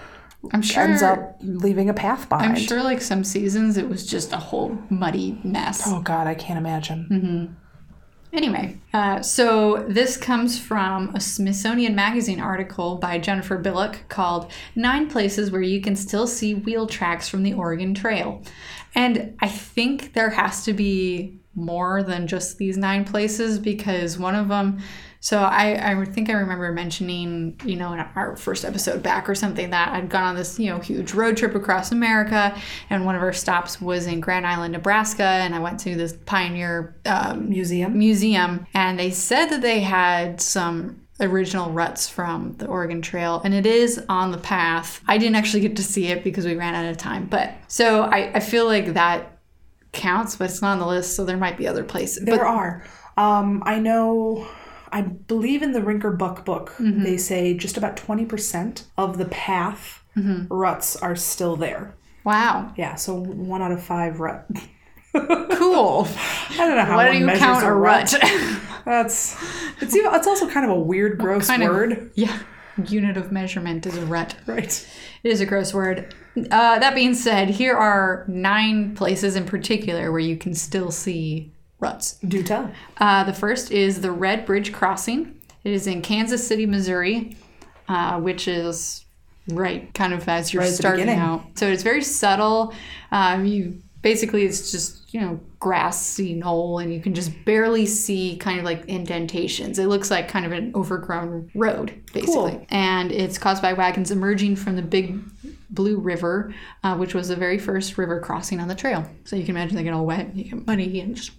C: Mm-hmm. sure.
B: ends up leaving a path behind.
C: I'm sure, like some seasons, it was just a whole muddy mess.
B: Oh God, I can't imagine.
C: Mm-hmm. Anyway, uh, so this comes from a Smithsonian Magazine article by Jennifer Billock called Nine Places Where You Can Still See Wheel Tracks from the Oregon Trail. And I think there has to be more than just these nine places because one of them, so I, I think I remember mentioning, you know, in our first episode back or something that I'd gone on this, you know, huge road trip across America. And one of our stops was in Grand Island, Nebraska. And I went to this pioneer um,
B: Museum.
C: museum and they said that they had some original ruts from the Oregon Trail and it is on the path. I didn't actually get to see it because we ran out of time, but so I, I feel like that counts, but it's not on the list, so there might be other places.
B: There
C: but
B: are. Um, I know. I believe in the Rinker Buck book,
C: Mm-hmm.
B: they say just about twenty percent of the path
C: Mm-hmm.
B: ruts are still there.
C: wow.
B: Yeah, so one out of five rut.
C: Cool.
B: I don't know how
C: Why
B: one
C: do you
B: measures
C: count a rut?
B: That's it's even, it's also kind of a weird, gross
C: Kind of-
B: word,
C: yeah. Unit of measurement is a rut.
B: right?
C: It is a gross word. Uh, that being said, here are nine places in particular where you can still see ruts.
B: Do tell.
C: Uh, the first is the Red Bridge Crossing. It is in Kansas City, Missouri, uh, which is right kind of as you're
B: Right at the
C: starting
B: beginning.
C: out. So it's very subtle. Um, you basically it's just you know grassy knoll, and you can just barely see kind of like indentations. It looks like kind of an overgrown road, basically,
B: Cool.
C: and it's caused by wagons emerging from the Big Blue River, uh, which was the very first river crossing on the trail. So you can imagine they get all wet, you get muddy, and just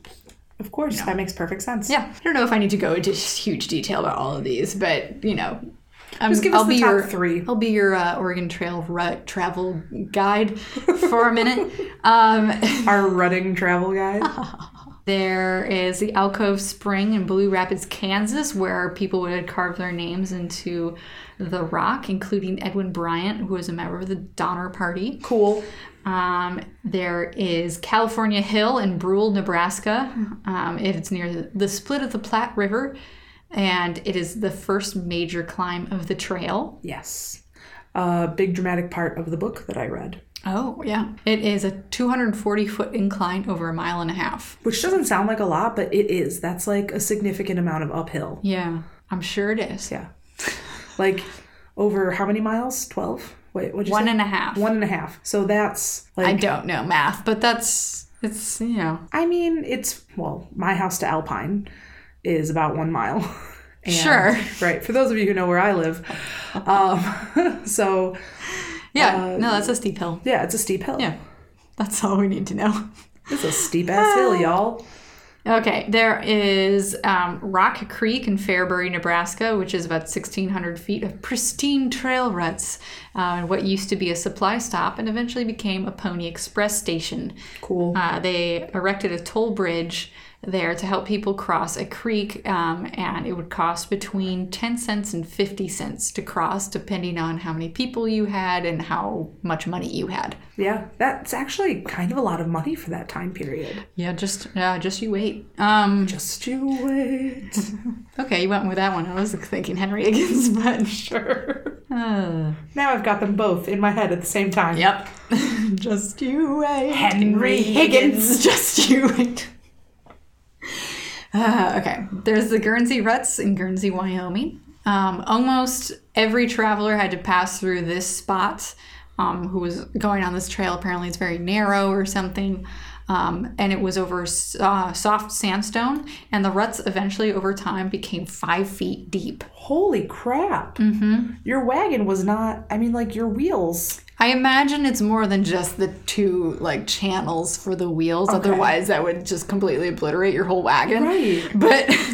B: Of course, that makes perfect sense.
C: yeah, I don't know if I need to go into huge detail about all of these, but you know, I'm,
B: Just give us
C: I'll
B: the
C: be
B: top
C: your
B: three.
C: I'll be your uh, Oregon Trail rut travel guide for a minute. Um,
B: Our rutting travel guide.
C: there is the Alcove Spring in Blue Rapids, Kansas, where people would carve their names into the rock, including Edwin Bryant, who was a member of the Donner Party.
B: cool.
C: Um, there is California Hill in Brule, Nebraska. Um, it's near the, the split of the Platte River, and it is the first major climb of the trail.
B: Yes. A big dramatic part of the book that I read,
C: Oh, yeah. It is a 240 foot incline over a mile and a half.
B: which doesn't sound like a lot, but it is. That's like a significant amount of uphill.
C: Yeah, I'm sure it is.
B: Yeah. Like over how many miles? 12? Wait, what'd you
C: One
B: say?
C: and a half.
B: One and a half. So that's
C: I
B: like,
C: don't know math, but that's, it's, you know,
B: I, mean, it's, well, my house to Alpine is about one mile. And-
C: Sure.
B: Right. For those of you who know where I live. Um, so,
C: yeah, no, that's a steep hill.
B: yeah, it's a steep hill.
C: Yeah, that's all we need to know.
B: It's a steep ass hill,
C: Ah.
B: y'all.
C: Okay, there is um, Rock Creek in Fairbury, Nebraska, which is about 1,600 feet of pristine trail ruts, uh, what used to be a supply stop and eventually became a Pony Express station.
B: Cool.
C: Uh, they erected a toll bridge there to help people cross a creek, um, and it would cost between 10 cents and 50 cents to cross, depending on how many people you had and how much money you had.
B: Yeah, that's actually kind of a lot of money for that time period.
C: Yeah, just uh, just you wait. Um,
B: Just you wait.
C: Okay, you went with that one. I was thinking Henry Higgins, but
B: Sure.
C: uh,
B: Now I've got them both in my head at the same time.
C: yep, just you wait.
B: Henry Higgins.
C: just you wait. Uh, okay, there's the Guernsey Ruts in Guernsey, Wyoming. Um, almost every traveler had to pass through this spot. Um, who was going on this trail? Apparently, it's very narrow or something. um, and it was over s- uh, soft sandstone. And the ruts eventually, over time, became five feet deep.
B: Holy crap.
C: Mm-hmm.
B: Your wagon was not, I mean, like your wheels.
C: I imagine it's more than just the two like channels for the wheels. Otherwise, that would just completely obliterate your whole wagon.
B: Right.
C: But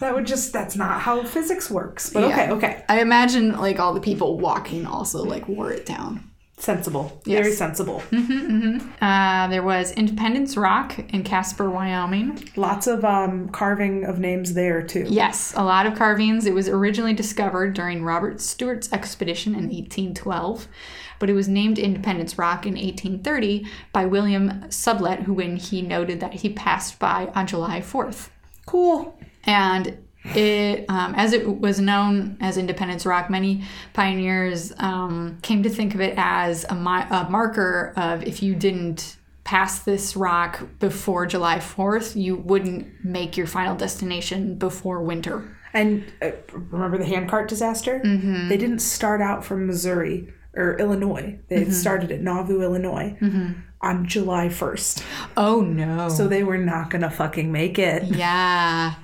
B: That would just, that's not how physics works. But okay,
C: Yeah.
B: okay.
C: I imagine like all the people walking also like wore it down.
B: Sensible.
C: Yes.
B: Very sensible.
C: Uh, there was Independence Rock in Casper, Wyoming.
B: Lots of um, carving of names there, too.
C: Yes, a lot of carvings. It was originally discovered during Robert Stewart's expedition in 1812, but it was named Independence Rock in 1830 by William Sublett, who when he noted that he passed by on July 4th.
B: Cool.
C: And it, um, as it was known as Independence Rock, many pioneers um, came to think of it as a, mi- a marker of if you didn't pass this rock before July 4th, you wouldn't make your final destination before winter.
B: And uh, remember the handcart disaster? Mm-hmm. They didn't start out from Missouri or Illinois. They started at Nauvoo, Illinois on July 1st.
C: Oh no.
B: So they were not going to fucking make it.
C: yeah.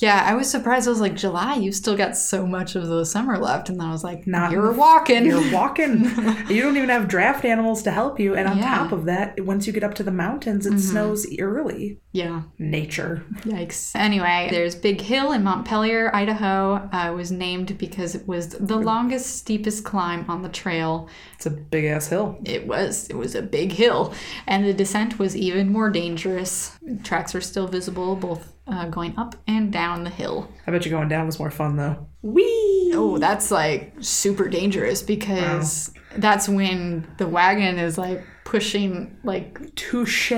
C: Yeah, I was surprised. I was like, July, you've still got so much of the summer left. And then I was like,
B: Not-
C: you're walking.
B: You're walking. you don't even have draft animals to help you. And on
C: Yeah.
B: top of that, once you get up to the mountains, it snows early.
C: yeah.
B: Nature.
C: Yikes. Anyway, there's Big Hill in Montpelier, Idaho. Uh, it was named because it was the longest, steepest climb on the trail.
B: It's a big ass hill.
C: It was. It was a big hill, and the descent was even more dangerous. Tracks are still visible, both uh, going up and down the hill.
B: I bet you going down was more fun though. Wee.
C: Oh, that's like super dangerous because that's when the wagon is like pushing, like
B: Touche.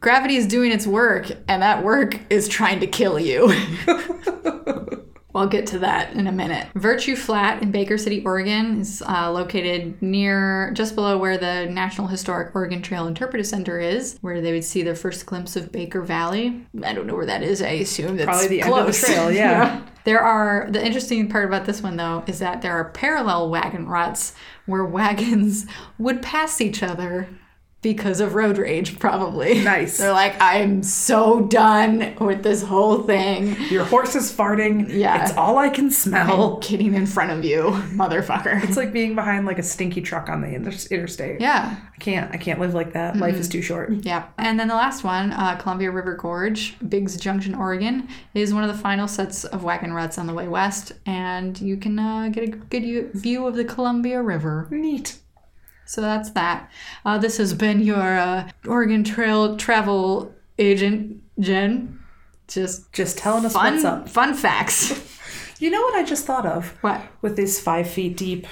C: gravity is doing its work, and that work is trying to kill you. I'll get to that in a minute. Virtue Flat in Baker City, Oregon is uh, located near, just below where the National Historic Oregon Trail Interpretive Center is, where they would see their first glimpse of Baker Valley. I don't know where that is. I assume that's
B: Probably the end of
C: close.
B: the trail, yeah.
C: There are the interesting part about this one though is that there are parallel wagon ruts where wagons would pass each other because of road rage, probably.
B: Nice.
C: They're like, I'm so done with this whole thing.
B: Your horse is farting.
C: Yeah.
B: It's all I can
C: Oh,
B: smell.
C: kidding in front of you, motherfucker.
B: It's like being behind like a stinky truck on the inter- interstate.
C: Yeah. Mm-hmm.
B: I can't. I can't live like that. Life is too short.
C: Yeah. And then the last one, uh, Columbia River Gorge, Biggs Junction, Oregon, is one of the final sets of wagon ruts on the way west. And you can uh, get a good u- view of the Columbia River.
B: Neat.
C: So that's that. Uh, this has been your uh, Oregon Trail travel agent, Jen. Just
B: Just telling us what's
C: fun,
B: up.
C: fun facts.
B: You know what I just thought of?
C: What?
B: With these five feet deep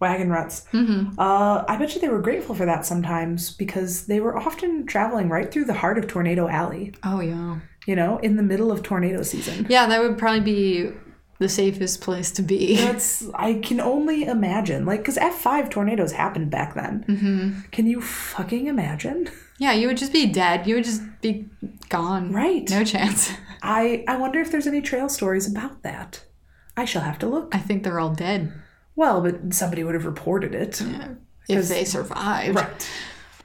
B: wagon ruts.
C: Mm-hmm.
B: Uh, I bet you they were grateful for that sometimes because they were often traveling right through the heart of Tornado Alley,
C: Oh, yeah.
B: you know, in the middle of tornado season.
C: Yeah, that would probably be the safest place to be.
B: That's, I can only imagine. Like, because F5 tornadoes happened back then. Mm-hmm. Can you fucking imagine?
C: yeah, you would just be dead. You would just be gone.
B: Right.
C: No chance.
B: I, I wonder if there's any trail stories about that. I shall have to look.
C: I think they're all dead
B: Well, but somebody would have reported it.
C: if they survived.
B: Right.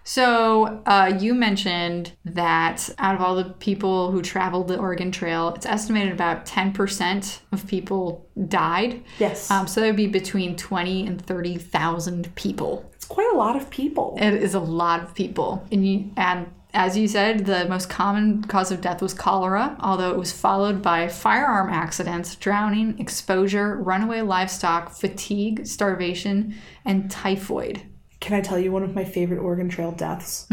C: So uh, you mentioned that out of all the people who traveled the Oregon Trail, it's estimated about 10% of people died.
B: Yes.
C: Um, so that would be between 20 and 30,000 people.
B: it's quite a lot of people.
C: It is a lot of people. And, you, and as you said, the most common cause of death was cholera, although it was followed by firearm accidents, drowning, exposure, runaway livestock, fatigue, starvation, and typhoid.
B: Can I tell you one of my favorite Oregon Trail deaths?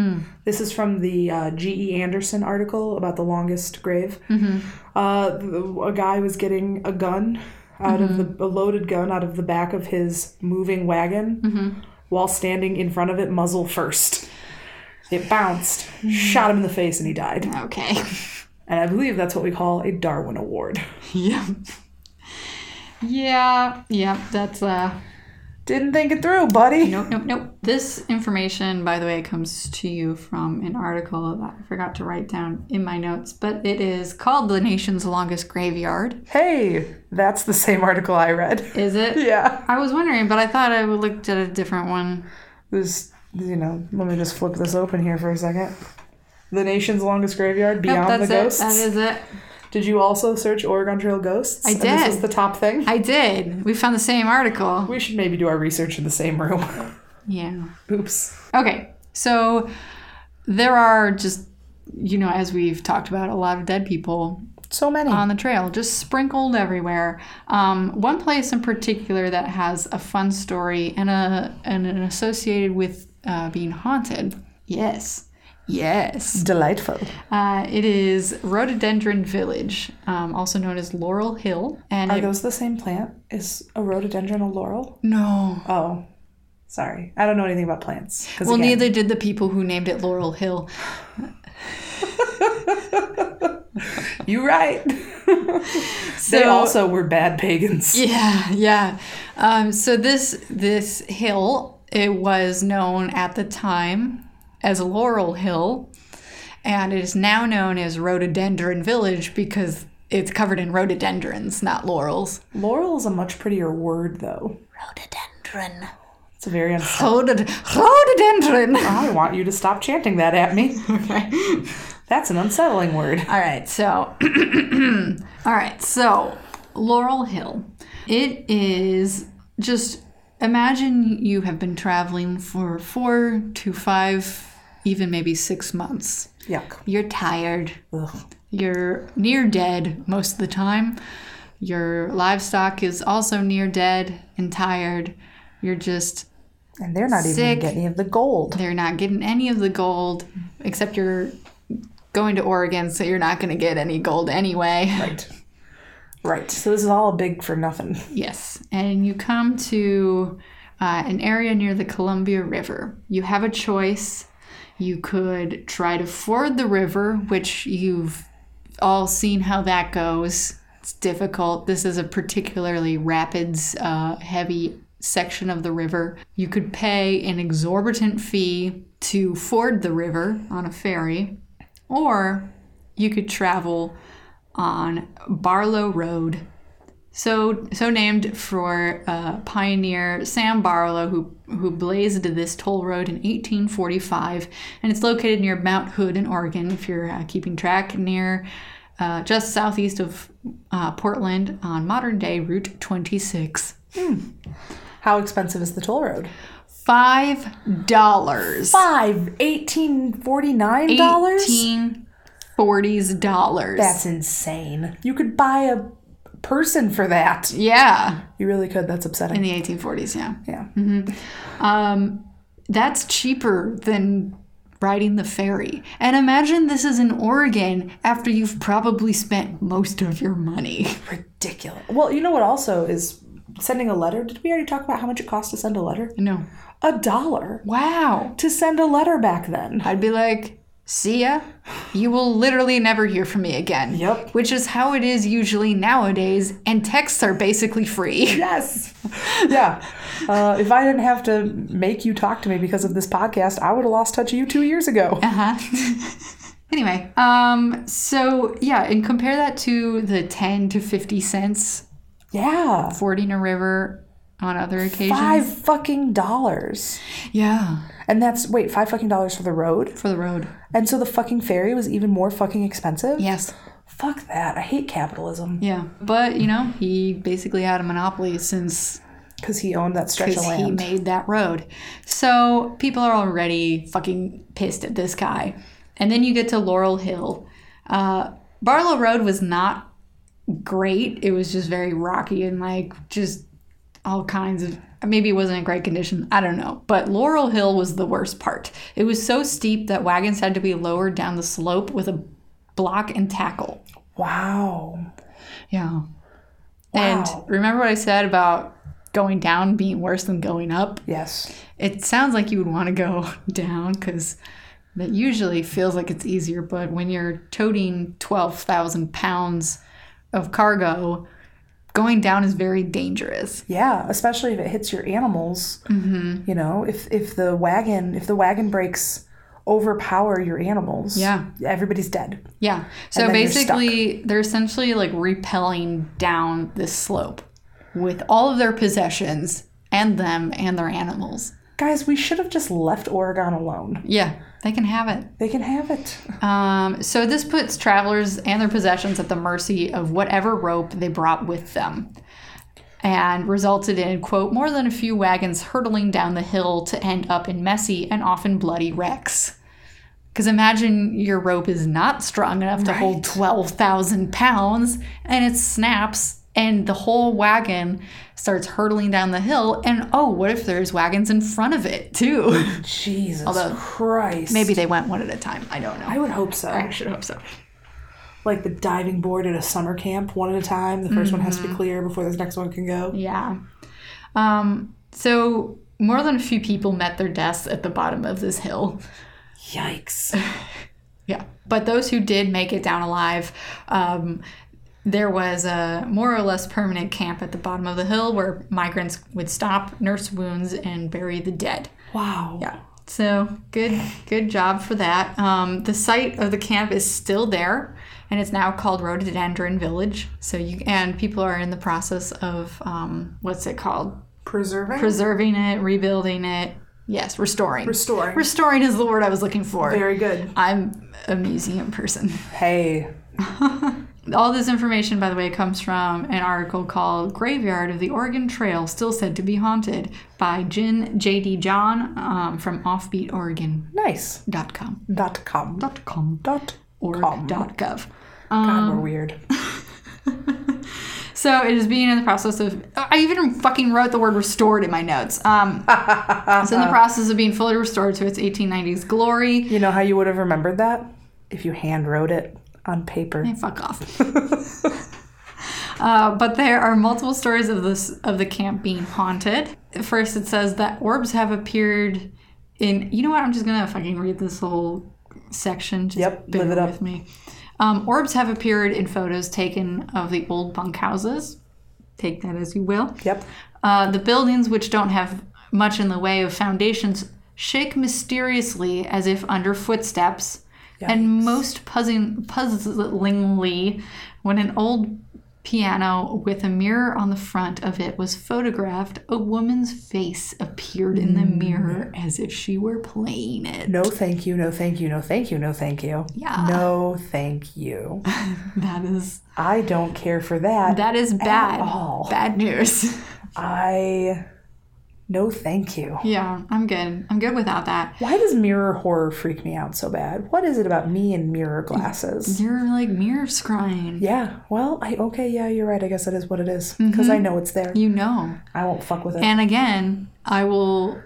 B: This is from the uh, G.E. Anderson article about the longest grave. Uh, the- a guy was getting a gun out of the a loaded gun out of the back of his moving wagon while standing in front of it muzzle first. It bounced, shot him in the face, and he died.
C: Okay.
B: And I believe that's what we call a Darwin Award.
C: yeah. Yeah, yeah, that's uh
B: Didn't think it through, buddy.
C: Nope, nope, nope. This information, by the way, comes to you from an article that I forgot to write down in my notes, but it is called The Nation's Longest Graveyard.
B: Hey, that's the same article I read.
C: Is it?
B: yeah,
C: I was wondering, but I thought I would looked at a different one.
B: this you know, let me just flip this open here for a second. The nation's longest graveyard,
C: Nope,
B: Beyond the
C: that's it.
B: Ghosts.
C: That is it.
B: Did you also search Oregon Trail ghosts?
C: I
B: And this
C: did.
B: is the top thing.
C: I did. We found the same article.
B: we should maybe do our research in the same room.
C: Yeah.
B: Oops.
C: Okay. So there are just, you know, as we've talked about, a lot of dead people
B: So many.
C: on the trail, just sprinkled everywhere. Um, one place in particular that has a fun story and a and an associated with uh, being haunted. Yes. Yes.
B: Delightful.
C: Uh, it is Rhododendron Village, um, also known as Laurel Hill. And
B: Are
C: it-
B: those the same plant? Is a rhododendron a laurel?
C: no.
B: Oh, sorry. I don't know anything about plants. 'Cause
C: Well,
B: again,
C: neither did the people who named it Laurel Hill.
B: You right. they also were bad pagans.
C: Yeah, yeah. Um, so this this hill it was known at the time as Laurel Hill, and it is now known as Rhododendron Village because it's covered in rhododendrons, not laurels.
B: Laurel is a much prettier word, though.
C: Rhododendron.
B: It's a very. Uns-
C: Rhodod- rhododendron.
B: I want you to stop chanting that at me.
C: okay.
B: That's an unsettling word.
C: All right, so all right, so Laurel Hill. It is just imagine you have been traveling for four to five, even maybe six months.
B: Yuck.
C: You're tired.
B: Ugh.
C: You're near dead most of the time. Your livestock is also near dead and tired. You're just
B: And they're not even
C: Sick.
B: getting any of the gold.
C: they're not getting any of the gold except you're going to Oregon, so you're not going to get any gold anyway.
B: Right. Right. So this is all a big for nothing.
C: Yes, and you come to uh, an area near the Columbia River. You have a choice. You could try to ford the river, which you've all seen how that goes. It's difficult. This is a particularly rapids uh, heavy section of the river. You could pay an exorbitant fee to ford the river on a ferry, or you could travel on Barlow Road so so named for uh, pioneer Sam Barlow, who who blazed this toll road in 1845, and it's located near Mount Hood in Oregon. If you're uh, keeping track, near uh, just southeast of uh, Portland on modern day Route 26.
B: How expensive is the toll road?
C: Five dollars.
B: Five eighteen forty nine dollars.
C: 1840s dollars.
B: That's insane. You could buy a person for that.
C: yeah,
B: You really could. That's upsetting.
C: in the 1840s. Yeah.
B: yeah.
C: Um, that's cheaper than riding the ferry. And imagine this is in Oregon after you've probably spent most of your money.
B: Ridiculous. Well, you know what? Also, is sending a letter. Did we already talk about how much it costs to send a letter?
C: No.
B: A dollar
C: Wow.
B: to send a letter back then.
C: I'd be like, see ya. You will literally never hear from me again.
B: Yep.
C: Which is how it is usually nowadays, and texts are basically free.
B: Yes. Yeah. Uh, if I didn't have to make you talk to me because of this podcast, I would have lost touch of you two years ago.
C: Uh-huh. anyway, um, so yeah, and compare that to the 10 to 50 cents
B: Yeah.
C: fording a river on other occasions.
B: Five fucking dollars.
C: Yeah.
B: And that's wait, five fucking dollars for the road?
C: For the road.
B: And so the fucking ferry was even more fucking expensive?
C: Yes.
B: Fuck that. I hate capitalism.
C: Yeah, but you know, he basically had a monopoly since
B: Because he owned that stretch of
C: 'cause he
B: land.
C: made that road. So people are already fucking pissed at this guy. And then you get to Laurel Hill. Uh, Barlow Road was not great. It was just very rocky and like just all kinds of maybe it wasn't in great condition. I don't know. But Laurel Hill was the worst part. It was so steep that wagons had to be lowered down the slope with a block and tackle.
B: wow.
C: Yeah.
B: Wow.
C: And remember what I said about going down being worse than going up?
B: Yes.
C: It sounds like you would want to go down because that usually feels like it's easier. But when you're toting 12,000 pounds of cargo, going down is very dangerous.
B: Yeah, especially if it hits your animals. Mm-hmm. You know, if if the wagon if the wagon breaks overpower your animals.
C: Yeah.
B: Everybody's dead.
C: Yeah. So
B: then you're
C: basically, they're essentially like repelling down this slope with all of their possessions and them and their animals.
B: Guys, we should have just left Oregon alone.
C: Yeah, they can have it.
B: They can have it.
C: Um, so this puts travelers and their possessions at the mercy of whatever rope they brought with them, and resulted in quote more than a few wagons hurtling down the hill to end up in messy and often bloody wrecks. Because imagine your rope is not strong enough to hold
B: Right.
C: twelve thousand pounds, and it snaps, and the whole wagon starts hurtling down the hill. And oh, what if there's wagons in front of it too?
B: Jesus
C: Although,
B: Christ.
C: Maybe they went one at a time. I don't know.
B: I would hope so.
C: I should hope so.
B: Like the diving board at a summer camp, one at a time. The 1st one has to
C: Mm-hmm.
B: be clear before this next one can go.
C: Yeah. Um, so more than a few people met their deaths at the bottom of this hill.
B: Yikes.
C: Yeah. But those who did make it down alive, um, there was a more or less permanent camp at the bottom of the hill where migrants would stop, nurse wounds, and bury the dead.
B: Wow.
C: Yeah. So good, good job for that. Um, the site of the camp is still there, and it's now called Rhododendron Village. So you and people are in the process of um, what's it called?
B: Preserving?
C: preserving it, rebuilding it. Yes, restoring.
B: Restoring.
C: restoring is the word I was looking for.
B: Very good.
C: I'm a museum person.
B: Hey.
C: All this information, by the way, comes from an article called Graveyard of the Oregon Trail, Still Said to Be Haunted by Jin J.D. John um, from offbeatoregon.com.
B: Nice. Dot com.
C: Dot com.
B: Dot
C: Org.
B: com.
C: Dot gov.
B: God, we're weird.
C: So it is being in the process of. I even fucking wrote the word restored in my notes. Um, it's in the process of being fully restored to its 1890s glory.
B: You know how you would have remembered that? If you hand wrote it on paper.
C: Hey, fuck off. Uh, but there are multiple stories of this of the camp being haunted. First, it says that orbs have appeared in. You know what? I'm just gonna fucking read this whole section. Just
B: Yep,
C: bear
B: live it up.
C: with me. Um, orbs have appeared in photos taken of the old bunkhouses. Take that as you will.
B: Yep.
C: Uh, the buildings, which don't have much in the way of foundations, shake mysteriously as if under footsteps. And most puzzling, puzzlingly, when an old piano with a mirror on the front of it was photographed, a woman's face appeared in
B: Mm.
C: the mirror as if she were playing it.
B: No thank you, no thank you, no thank you, no thank you.
C: Yeah.
B: No thank you.
C: That is
B: I don't care for that.
C: that is bad.
B: all.
C: Bad news.
B: I no thank you.
C: yeah, I'm good. I'm good without that.
B: Why does mirror horror freak me out so bad? What is it about me and mirror
C: Mm-hmm.
B: glasses?
C: You're like mirror scrying.
B: Yeah, well, I okay, yeah, you're right. I guess that is what it is because I know it's there.
C: You know.
B: I won't fuck with it.
C: Mm-hmm. And again, I will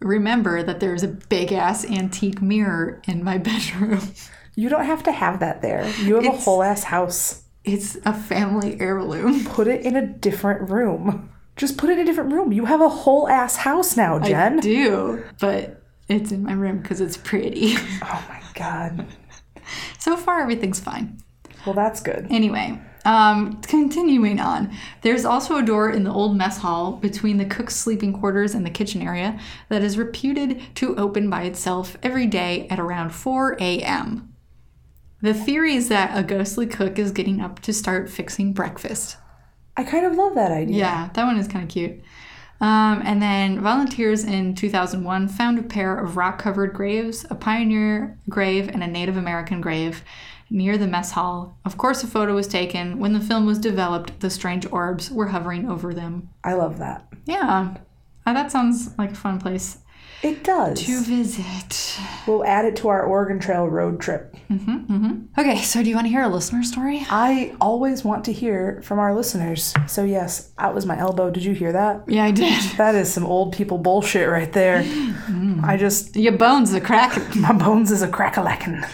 C: remember that there's a big ass antique mirror in my bedroom.
B: you don't have to have that there. You have a whole ass house.
C: It's a family heirloom.
B: Put it in a different room. Just put it in a different room. You have a whole ass house now, Jen.
C: I do, but it's in my room because it's pretty.
B: Oh my god.
C: so far, everything's fine.
B: Well, that's good.
C: Anyway, um, continuing on, there's also a door in the old mess hall between the cook's sleeping quarters and the kitchen area that is reputed to open by itself every day at around 4 a.m. The theory is that a ghostly cook is getting up to start fixing breakfast.
B: I kind of love that idea.
C: Yeah, that one is kind of cute. Um, and then volunteers in 2001 found a pair of rock covered graves, a pioneer grave and a Native American grave, near the mess hall. Of course, a photo was taken. When the film was developed, the strange orbs were hovering over them.
B: I love that.
C: Yeah, Uh, that sounds like a fun place
B: It does.
C: to visit.
B: We'll add it to our Oregon Trail road trip.
C: Okay, so do you want to hear a listener story?
B: I always want to hear from our listeners. So, yes, that was my elbow. Did you hear that?
C: Yeah, I did.
B: That is some old people bullshit right there. I just,
C: Your bones are cracking.
B: my bones is a crack a lackin'.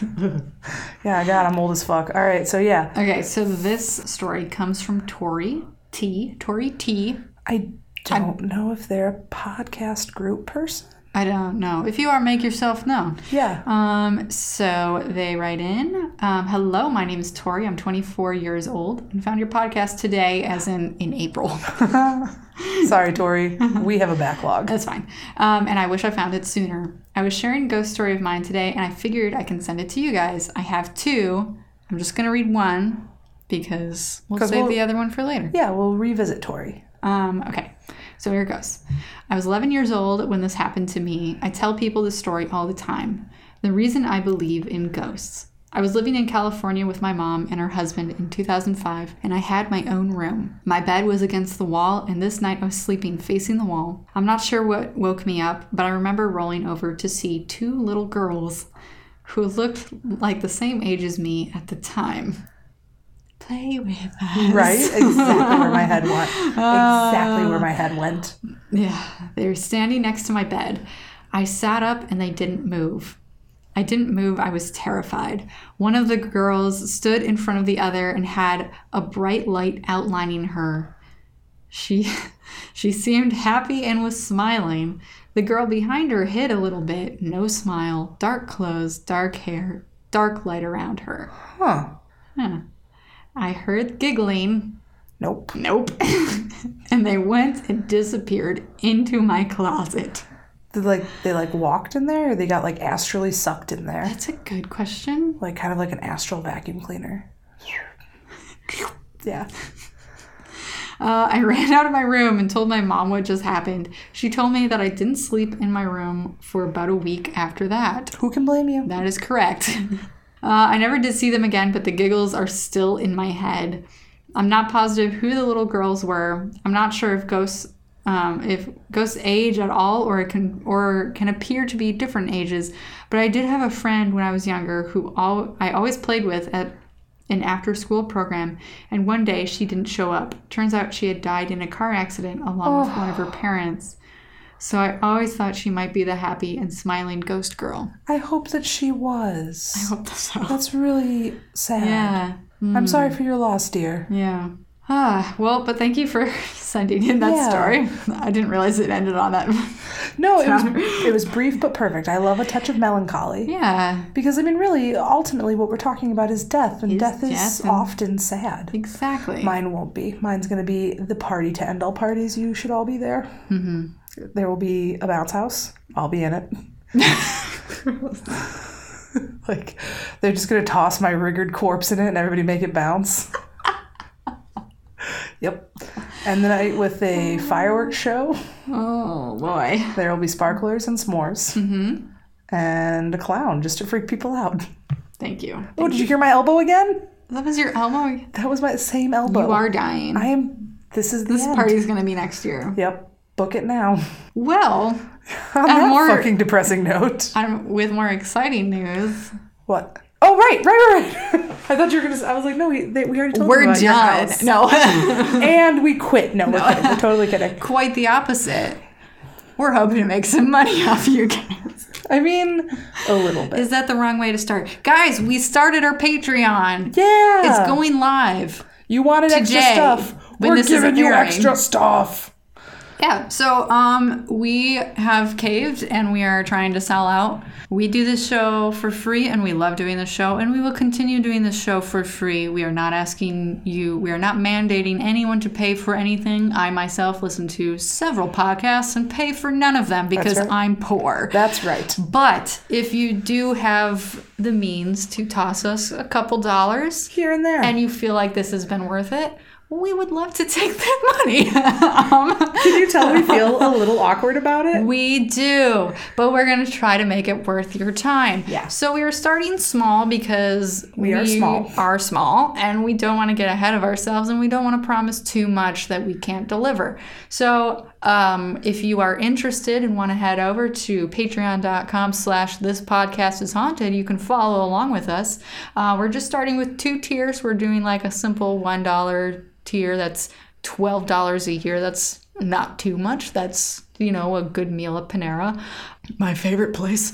B: yeah, God, I'm old as fuck. All right, so yeah,
C: Okay, so this story comes from Tori T. Tori T.
B: I don't know if they're a podcast group person.
C: I don't know. If you are, make yourself known.
B: Yeah.
C: Um, so they write in um, Hello, my name is Tori. I'm 24 years old and found your podcast today, as in in April.
B: Sorry, Tori. We have a backlog.
C: That's fine. Um, and I wish I found it sooner. I was sharing a ghost story of mine today, and I figured I can send it to you guys. I have two. I'm just going to read one because we'll
B: 'Cause
C: save
B: we'll-
C: the other one for later.
B: Yeah, we'll revisit Tori.
C: Um, okay. So here goes. I was 11 years old when this happened to me. I tell people this story all the time. The reason I believe in ghosts. I was living in California with my mom and her husband in 2005, and I had my own room. My bed was against the wall, and this night I was sleeping facing the wall. I'm not sure what woke me up, but I remember rolling over to see two little girls who looked like the same age as me at the time. Play with us.
B: Right? Exactly Uh. where my head went. Exactly where my head went.
C: Yeah, they were standing next to my bed. I sat up and they didn't move. I didn't move, I was terrified. One of the girls stood in front of the other and had a bright light outlining her. She she seemed happy and was smiling. The girl behind her hid a little bit, no smile, dark clothes, dark hair, dark light around her.
B: Huh.
C: I heard giggling.
B: Nope.
C: Nope. and they went and disappeared into my closet.
B: They like they like walked in there or they got like astrally sucked in there.
C: That's a good question.
B: Like kind of like an astral vacuum cleaner. Yeah.
C: Uh, I ran out of my room and told my mom what just happened. She told me that I didn't sleep in my room for about a week after that.
B: Who can blame you?
C: That is correct. uh, I never did see them again, but the giggles are still in my head. I'm not positive who the little girls were. I'm not sure if ghosts. Um, if ghosts age at all, or it can or can appear to be different ages, but I did have a friend when I was younger who all I always played with at an after school program, and one day she didn't show up. Turns out she had died in a car accident along with one of her parents. So I always thought she might be the happy and smiling ghost girl.
B: I hope that she was.
C: I hope so.
B: That's really sad.
C: Yeah.
B: I'm sorry for your loss, dear.
C: Yeah. Ah, well, but thank you for sending in that
B: Yeah.
C: story. I didn't realize it ended on that.
B: No, it was it was brief but perfect. I love a touch of melancholy.
C: yeah,
B: Because I mean really, ultimately what we're talking about is death, and death is
C: death and-
B: often sad.
C: exactly.
B: Mine won't be. Mine's going to be the party to end all parties. You should all be there. Mm-hmm. There will be a bounce house. I'll be in it. like, they're just going to toss my rigged corpse in it and everybody make it bounce. yep. And the night with a fireworks show,
C: oh, boy.
B: there will be sparklers and s'mores. Mm-hmm. And a clown just to freak people out.
C: Thank you.
B: Oh, did you hear my elbow again?
C: That was your elbow.
B: That was my same elbow.
C: You are dying.
B: I am. This is the
C: this
B: end.
C: party's going to be next year.
B: Yep. Book it now.
C: Well,
B: On
C: And
B: that
C: more-
B: fucking depressing note.
C: I'm, with more exciting news,
B: What? Oh right, right, right, right. I thought you were gonna. s- I was like, no, we they, we already told
C: we're
B: them about your
C: done.
B: house.
C: No,
B: and we quit. No, we're kidding. We're totally kidding.
C: quite the opposite. We're hoping to make some money off you guys.
B: I mean, a little bit.
C: Is that the wrong way to start? Guys, we started our Patreon.
B: yeah,
C: It's going live.
B: You wanted extra
C: Jay,
B: stuff.
C: when
B: We're
C: this is
B: giving you
C: airing.
B: extra stuff.
C: Yeah, so um, we have caved and we are trying to sell out. We do this show for free and we love doing the show and we will continue doing the show for free. We are not asking you, we are not mandating anyone to pay for anything. I myself listen to several podcasts and pay for none of them because
B: right.
C: I'm poor.
B: That's right.
C: but if you do have the means to toss us a couple dollars,
B: Here and there.
C: and you feel like this has been worth it, we would love to take that money. um,
B: Can you tell we feel a little awkward about it?
C: we do, but we're going to try to make it worth your time.
B: Yeah.
C: So we are starting small because we,
B: are small.
C: are small and we don't want to get ahead of ourselves and we don't want to promise too much that we can't deliver. So um, if you are interested and want to head over to patreon.com slash this podcast is haunted, you can follow along with us. Uh, we're just starting with two tiers. We're doing like a simple $1 tier that's $12 a year. That's not too much. That's, you know, a good meal at Panera, my favorite place.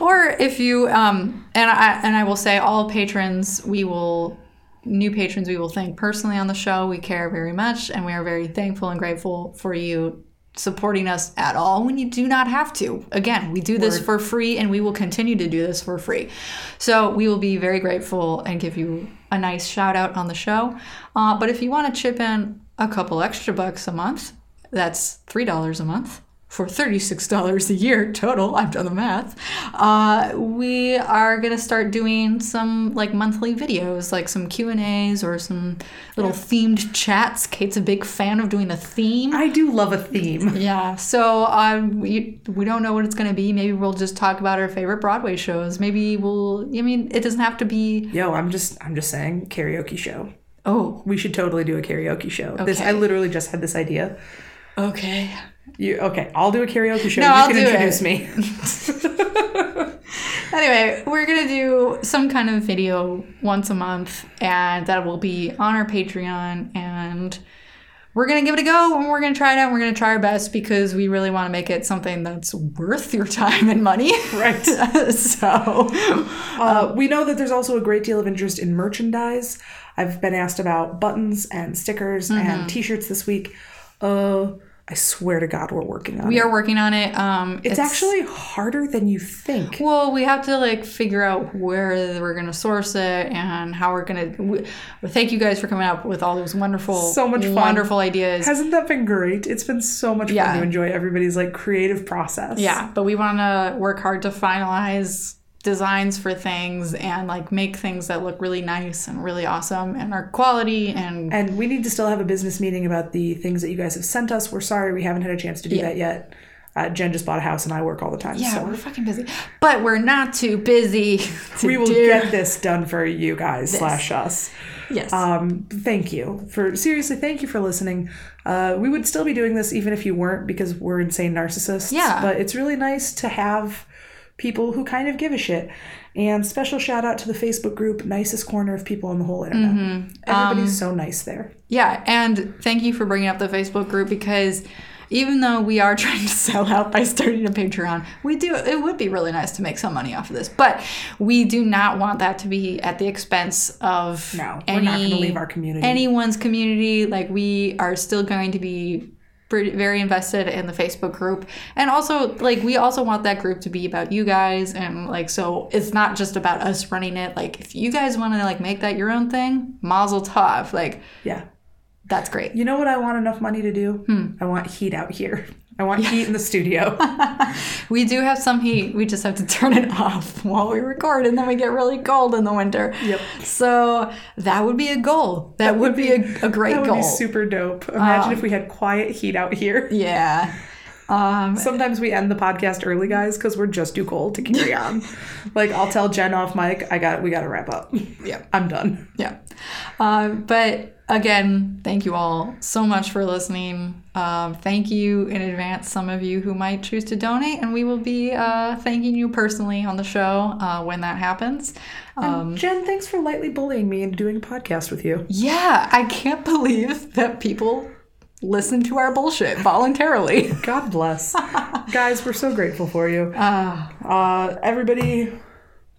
C: or if you, um, and I and I will say, all patrons, we will new patrons we will thank personally on the show. We care very much, and we are very thankful and grateful for you supporting us at all when you do not have to. Again, we do this for free, and we will continue to do this for free. So we will be very grateful and give you a nice shout out on the show. Uh, but if you want to chip in a couple extra bucks a month, that's three dollars a month. for $36 a year total, I've done the math, uh, we are going to start doing some like monthly videos, like some Q&As or some little themed chats. Kate's a big fan of doing a theme.
B: I do love a theme.
C: Yeah, so uh, we we don't know what it's gonna be. Maybe we'll just talk about our favorite Broadway shows. Maybe we'll. I mean, it doesn't have to be.
B: Yo, I'm just I'm just saying karaoke show.
C: Oh,
B: We should totally do a karaoke show. This I
C: Okay.
B: literally just had this idea.
C: okay.
B: You okay? I'll do a karaoke show.
C: No,
B: you
C: I'll
B: can
C: do
B: introduce
C: it.
B: me.
C: Anyway, we're gonna do some kind of video once a month, and that will be on our Patreon. And we're gonna give it a go, and we're gonna try it out. And we're gonna try our best because we really want to make it something that's worth your time and money.
B: Right.
C: Um, so
B: Uh, we know that there's also a great deal of interest in merchandise. I've been asked about buttons and stickers
C: Mm-hmm.
B: and T-shirts this week. Uh, I swear to God, we're working on
C: we
B: it.
C: are working on it. Um,
B: It's actually harder than you think.
C: Well, we have to like figure out where we're gonna source it and how we're gonna. We, thank you guys for coming up with all those wonderful,
B: So much fun.
C: wonderful ideas.
B: Hasn't that been great? It's been so much
C: Yeah.
B: fun to enjoy everybody's like creative process.
C: yeah, but we want to work hard to finalize designs for things and like make things that look really nice and really awesome and are quality and
B: And we need to still have a business meeting about the things that you guys have sent us. We're sorry we haven't had a chance to do that yet. Uh, Jen just bought a house and I work all the time.
C: yeah,
B: so
C: we're fucking busy, but we're not too busy. To
B: we will
C: do.
B: get this done for you guys slash us.
C: yes.
B: Um, thank you for seriously. Thank you for listening. Uh, we would still be doing this even if you weren't because we're insane narcissists.
C: Yeah.
B: But it's really nice to have people who kind of give a shit. And special shout out to the Facebook group nicest corner of people on the whole internet.
C: Mm-hmm.
B: Everybody's
C: Um,
B: so nice there.
C: Yeah, and thank you for bringing up the Facebook group because even though we are trying to sell out by starting a Patreon, we do it would be really nice to make some money off of this, but we do not want that to be at the expense of
B: No, we're not going to leave our community.
C: anyone's community. Like we are still going to be pretty, very invested in the Facebook group, and also like we also want that group to be about you guys, and like so it's not just about us running it. Like if you guys want to like make that your own thing, Mazel Tov. Like
B: yeah.
C: that's great.
B: You know what I want enough money to do?
C: Hmm.
B: I want heat out here. I want heat in the studio.
C: We do have some heat. We just have to turn it off while we record, and then we get really cold in the winter. Yep. So that would be a goal. That, would, be, a, a great
B: that would
C: goal. Um,
B: be super dope. Imagine if we had quiet heat out here.
C: yeah. Um,
B: Sometimes we end the podcast early, guys, because we're just too cold to carry on. like I'll tell Jen off mic, I got we gotta wrap up.
C: Yeah.
B: I'm done.
C: yeah. Um, but again, thank you all so much for listening. Um, thank you in advance, some of you who might choose to donate, and we will be uh, thanking you personally on the show uh, when that happens. Um,
B: Jen, thanks for lightly bullying me into doing a podcast with you.
C: yeah, I can't believe that people listen to our bullshit voluntarily.
B: God bless. guys, we're so grateful for you.
C: Ah.
B: Uh, everybody,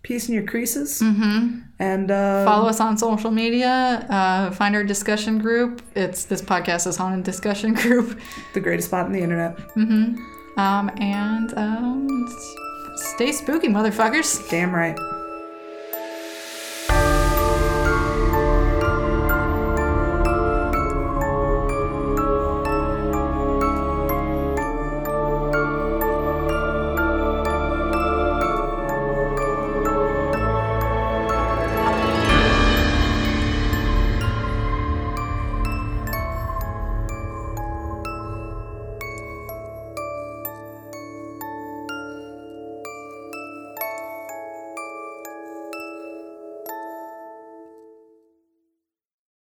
B: peace in your creases. Mm-hmm. And uh,
C: Follow us on social media. Uh, find our discussion group. It's this podcast is haunted discussion group.
B: the greatest spot on the internet.
C: Um, and um, s- stay spooky, motherfuckers.
B: Damn right.